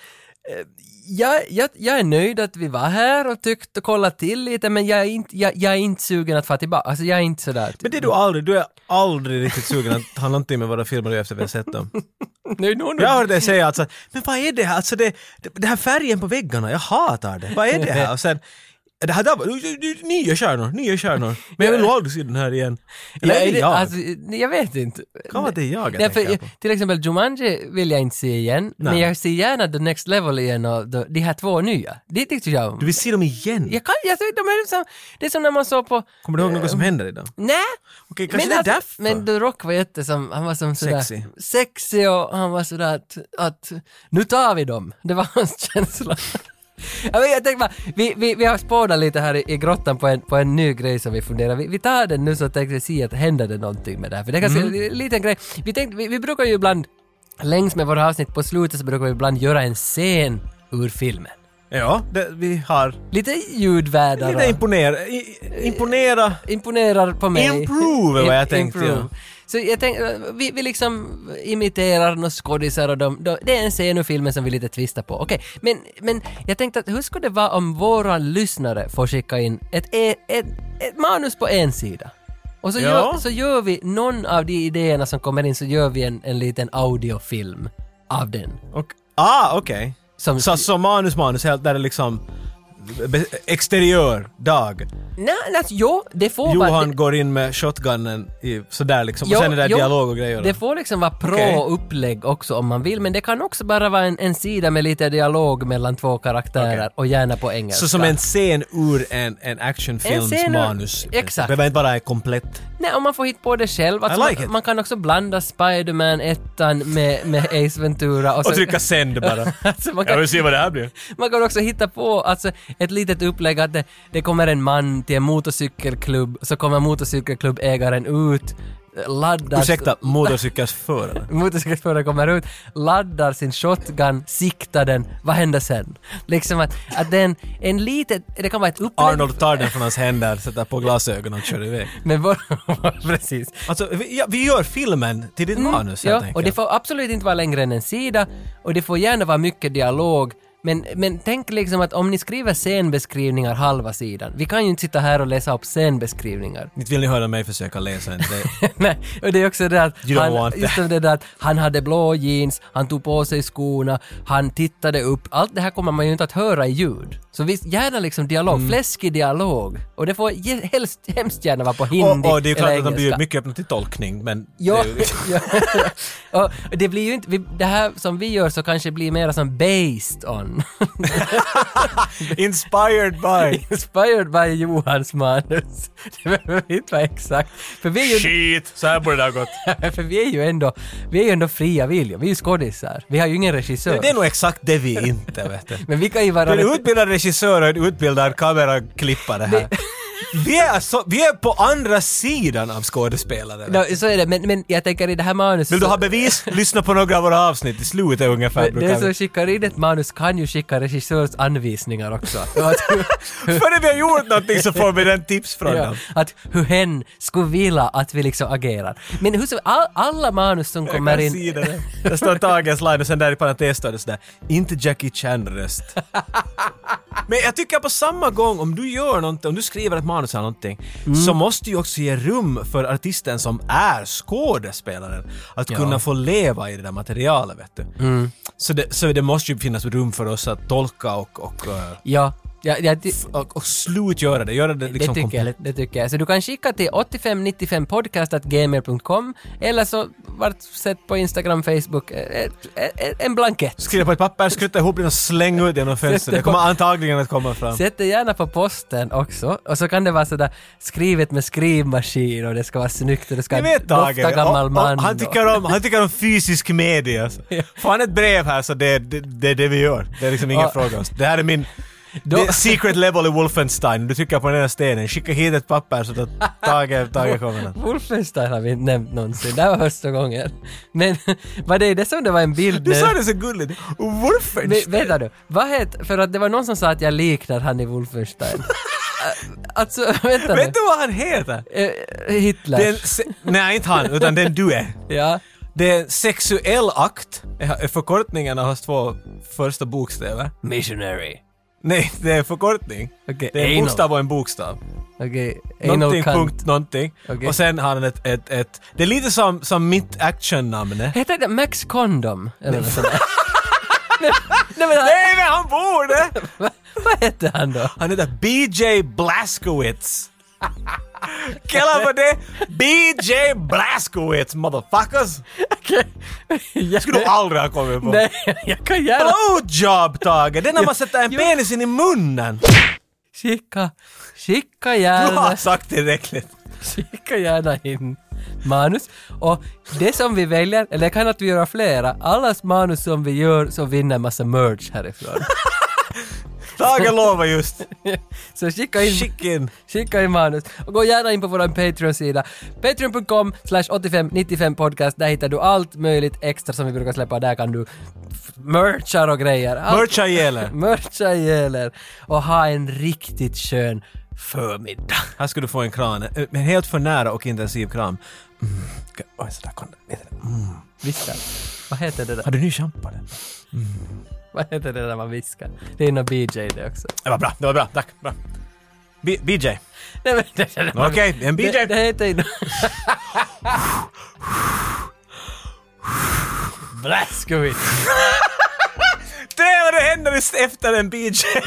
S1: eh, jag, jag, jag är nöjd att vi var här och tyckt och kollat till lite, men jag är inte, jag, jag är inte sugen att få tillbaka. Alltså, jag är inte sådär.
S2: Men det är du aldrig, du är aldrig riktigt sugen att ha någonting med våra filmer att göra efter vi har sett dem.
S1: nu, nu, nu.
S2: Jag hörde dig säga alltså, men vad är det här? Alltså det, det, det här färgen på väggarna, jag hatar det. Vad är det här? Och sen, det här där var, du- du- du- nya stjärnor, nya stjärnor. Men jag vill nog aldrig se den här igen. Eller
S1: Nej,
S2: är det
S1: det-
S2: jag?
S1: Alltså, jag vet inte.
S2: Kan vara att det är jag jag
S1: Därför,
S2: tänker på.
S1: till exempel Jumanji vill jag inte se igen, men jag ser gärna The Next Level igen och de, de här två nya. Det tyckte jag om.
S2: Du vill se dem igen?
S1: Jag kan, jag, de är liksom, det är som när man såg på,
S2: Kommer du ihåg något som händer idag?
S1: nej,
S2: Okej,
S1: men
S2: kanske det är
S1: att-
S2: därför.
S1: Men The Rock var jätte som, han var som sådär
S2: Sexy.
S1: sexy och han var sådär att, att nu tar vi dem. Det var hans känsla. Ja, men jag tänkte bara, vi, vi, vi har spådat lite här i, i grottan på en, på en ny grej som vi funderar. Vi, vi tar den nu så tänkte vi se att händer det någonting med det här. För det är ganska
S2: Mm.
S1: en liten grej. Vi, tänkte, vi, vi brukar ju ibland, längs med våra avsnitt på slutet så brukar vi ibland göra en scen ur filmen.
S2: Ja, det, vi har...
S1: Lite ljudvärdar
S2: Lite
S1: och-
S2: imponera. i- Imponera.
S1: imponerar på mig.
S2: Improve, vad jag tänkte,
S1: Improve.
S2: ja.
S1: Så jag tänkte, vi, vi liksom imiterar några skådisar och de, de, det är en scen ur filmen som vi lite twistar på. Okej, men, men jag tänkte att hur skulle det vara om våra lyssnare får skicka in ett, ett, ett, ett manus på en sida? Och så,
S2: Ja.
S1: gör, så gör vi någon av de idéerna som kommer in så gör vi en, en liten audiofilm av den.
S2: Och, ah, okej.
S1: Som-
S2: Så, så manus, manus, helt där det liksom... be- Exteriör, dag.
S1: Nej, alltså, jo, det får vara...
S2: Johan går in med shotgunnen i, sådär liksom, och sen är det där dialog och grejer.
S1: Det får liksom vara
S2: Okej.
S1: pro-upplägg också om man vill, men det kan också bara vara en, en sida med lite dialog mellan två karaktärer och gärna på engelska.
S2: så som en scen ur en, en actionfilms
S1: En scen ur-
S2: manus.
S1: exakt.
S2: Det behöver inte vara ett komplett.
S1: Nej, om man får hit på det själv. Alltså,
S2: I like
S1: man,
S2: it.
S1: man kan också blanda Spiderman ettan med, med Ace Ventura. Och, så,
S2: Och trycka sänd bara.
S1: alltså, man,
S4: Jag
S1: kan,
S4: vill se vad det här blir.
S1: man kan också hitta på alltså, ett litet upplägg att det, det kommer en man till en motorcykelklubb, så kommer motorcykelklubbägaren ut, laddar...
S2: Ursäkta, motorcykelförare.
S1: motorcykelförare kommer ut, laddar sin shotgun, siktar den, vad händer sen? Liksom att, att den, en litet, det kan vara ett upplägg.
S2: Arnold tar den från hans händer, sätter på glasögonen och kör iväg.
S1: Men vad, precis.
S2: Alltså, vi, ja, vi gör filmen till ditt manus helt
S1: Mm, Ja,
S2: enkelt.
S1: och det får absolut inte vara längre än en sida och det får gärna vara mycket dialog Men, men tänk liksom att om ni skriver scenbeskrivningar halva sidan, vi kan ju inte sitta här och läsa upp scenbeskrivningar.
S2: Inte vill ni höra mig försöka läsa en del.
S1: Nej, och det är också det att
S2: You don't want
S1: han,
S2: that.
S1: just det där att han hade blå jeans, han tog på sig skorna, han tittade upp. Allt det här kommer man ju inte att höra i ljud. Så visst, gärna liksom dialog,
S2: Mm.
S1: fläskig dialog. Och det får ge- helst, hemskt gärna vara på hindi
S2: och, och det är ju klart
S1: eller
S2: att de blir ju
S1: engelska.
S2: mycket öppna till tolkning, men...
S1: Ja,
S2: det är ju liksom-
S1: ja. och det blir ju inte, vi, det här som vi gör så kanske blir mera som based on.
S2: Inspired by!
S1: Inspired by Johans manus. Det behöver inte vara exakt. För vi är ju
S4: Shit! Så här borde det ha gått.
S1: För vi är ju ändå, vi är ju ändå fria viljor, vi är ju skådisar. Vi har ju ingen regissör.
S2: Det är nog exakt det vi inte, vet du.
S1: Men vi kan ju vara...
S2: Du är en utbildad regissör och en utbildad kameraklippare här. Vi är, så, vi är på andra sidan av skådespelare.
S1: Ja, så är det, men, men jag tänker i det här manuset...
S2: Vill du ha bevis? Lyssna på några av våra avsnitt i slutet ungefär. brukar
S1: Den
S2: vi-
S1: som skickar in ett manus kan ju skicka regissörsanvisningar också. att, hur,
S2: Före vi har gjort någonting så får vi den tips från
S1: ja,
S2: dem.
S1: att hur hen skulle vilja att vi liksom agerar. Men hur som, all, alla manus som
S2: Jag
S1: kommer
S2: kan
S1: in...
S2: se det. där. Det står Tages line och sen där i parentes står det sådär “Inte Jackie Chan-röst”. Men jag tycker på samma gång, om du gör någonting, om du skriver ett manus eller någonting,
S1: Mm.
S2: så måste du ju också ge rum för artisten som är skådespelaren att kunna få leva i det där materialet, vet du.
S1: Mm.
S2: Så, det, så det måste ju finnas rum för oss att tolka och, och, eh,
S1: Ja, ja, ja, det-
S2: och, och slutgöra det, göra det liksom
S1: det tycker
S2: komplett.
S1: jag. Det tycker jag. Så du kan skicka till 8595podcast.gmail.com eller så vart sett på Instagram, Facebook, eh, eh, eh, en blankett.
S2: Skriva på ett papper, skrutta ihop den och släng ut den genom fönstret. Det kommer antagligen att komma fram.
S1: Sätt det gärna på posten också. Och så kan det vara sådär skrivet med skrivmaskin och det ska vara snyggt och det ska
S2: Ni vet Tage,
S1: dofta gammal
S2: och-
S1: man.
S2: och han,
S1: och-
S2: tycker om, han tycker om fysisk media. Alltså. Får han ett brev här så det är det, det, är det vi gör. Det är liksom ingen
S1: Ja.
S2: fråga. Alltså. Det här är min
S1: Då-
S2: det är secret level i Wolfenstein. Du trycker på den här stenen, skicka hit ett papper så att Tage, Tage kommer. den.
S1: Wolfenstein har vi inte nämnt någonsin, det här var första gången. Men var det det som det var en bild?
S2: Du
S1: när-
S2: sa det så gulligt.
S1: Men,
S2: Wolfenstein.
S1: vänta nu, vad heter, för att det var någon som sa att jag liknar han i Wolfenstein. Äh, alltså, vänta nu.
S2: Vet du vad han heter?
S1: Eh, Hitler.
S2: Det är en se- nej, inte han, utan den du är.
S1: Ja.
S2: Det är en sexuell akt, är förkortningen av hans två första bokstäver.
S1: Missionary.
S2: Nej, det är en förkortning.
S1: Okej,
S2: Det är en
S1: anal.
S2: bokstav och en bokstav.
S1: Okej, anal
S2: Någonting,
S1: cunt.
S2: punkt, någonting.
S1: Okej.
S2: Och sen har han ett, ett, ett... Det är lite som, som mitt actionnamn. eh. Nej
S1: Heter det Max Condom? Eller något sånt där. Nej men han,
S2: men han borde!
S1: vad heter han då?
S2: eh? Han heter BJ Blaskowitz. Kalla på det! BJ Blaskowitz, motherfuckers!
S1: Jag
S2: skulle du aldrig ha kommit på.
S1: Nej, jag kan gärna
S2: Blowjob, Tage! Det är när man sätter en
S1: Jo.
S2: penis in i munnen!
S1: skicka, skicka
S2: Du har
S1: gärna,
S2: sagt tillräckligt.
S1: skicka gärna in manus. Och det som vi väljer, eller kan att vi göra flera, allas manus som vi gör så vinner en massa merch härifrån.
S2: Tage lovar just.
S1: Så skicka in
S2: Skicka in.
S1: Skicka in manus. Och gå gärna in på vår Patreon-sida. Patreon.com 8595 podcast. Där hittar du allt möjligt extra som vi brukar släppa. Där kan du f- merchar och grejer. Allt-
S2: Mercha gäller.
S1: Mercha gäller. Och ha en riktigt skön förmiddag.
S2: Här ska du få en kran. Eh, Men helt för nära och intensiv kram. Mm. Oj, sådär kom det.
S1: Viskar. Vad heter det där?
S2: Har du ny shampoo? eller?
S1: Vad heter det där man viskar? Det är någon BJ det också.
S2: Det var bra, det var bra, tack. Bra. B- BJ.
S1: Nej men det, det, det,
S2: Okej, en BJ.
S1: det, det heter ju... Blaskowitz.
S2: Det är vad det händer just efter en BJ.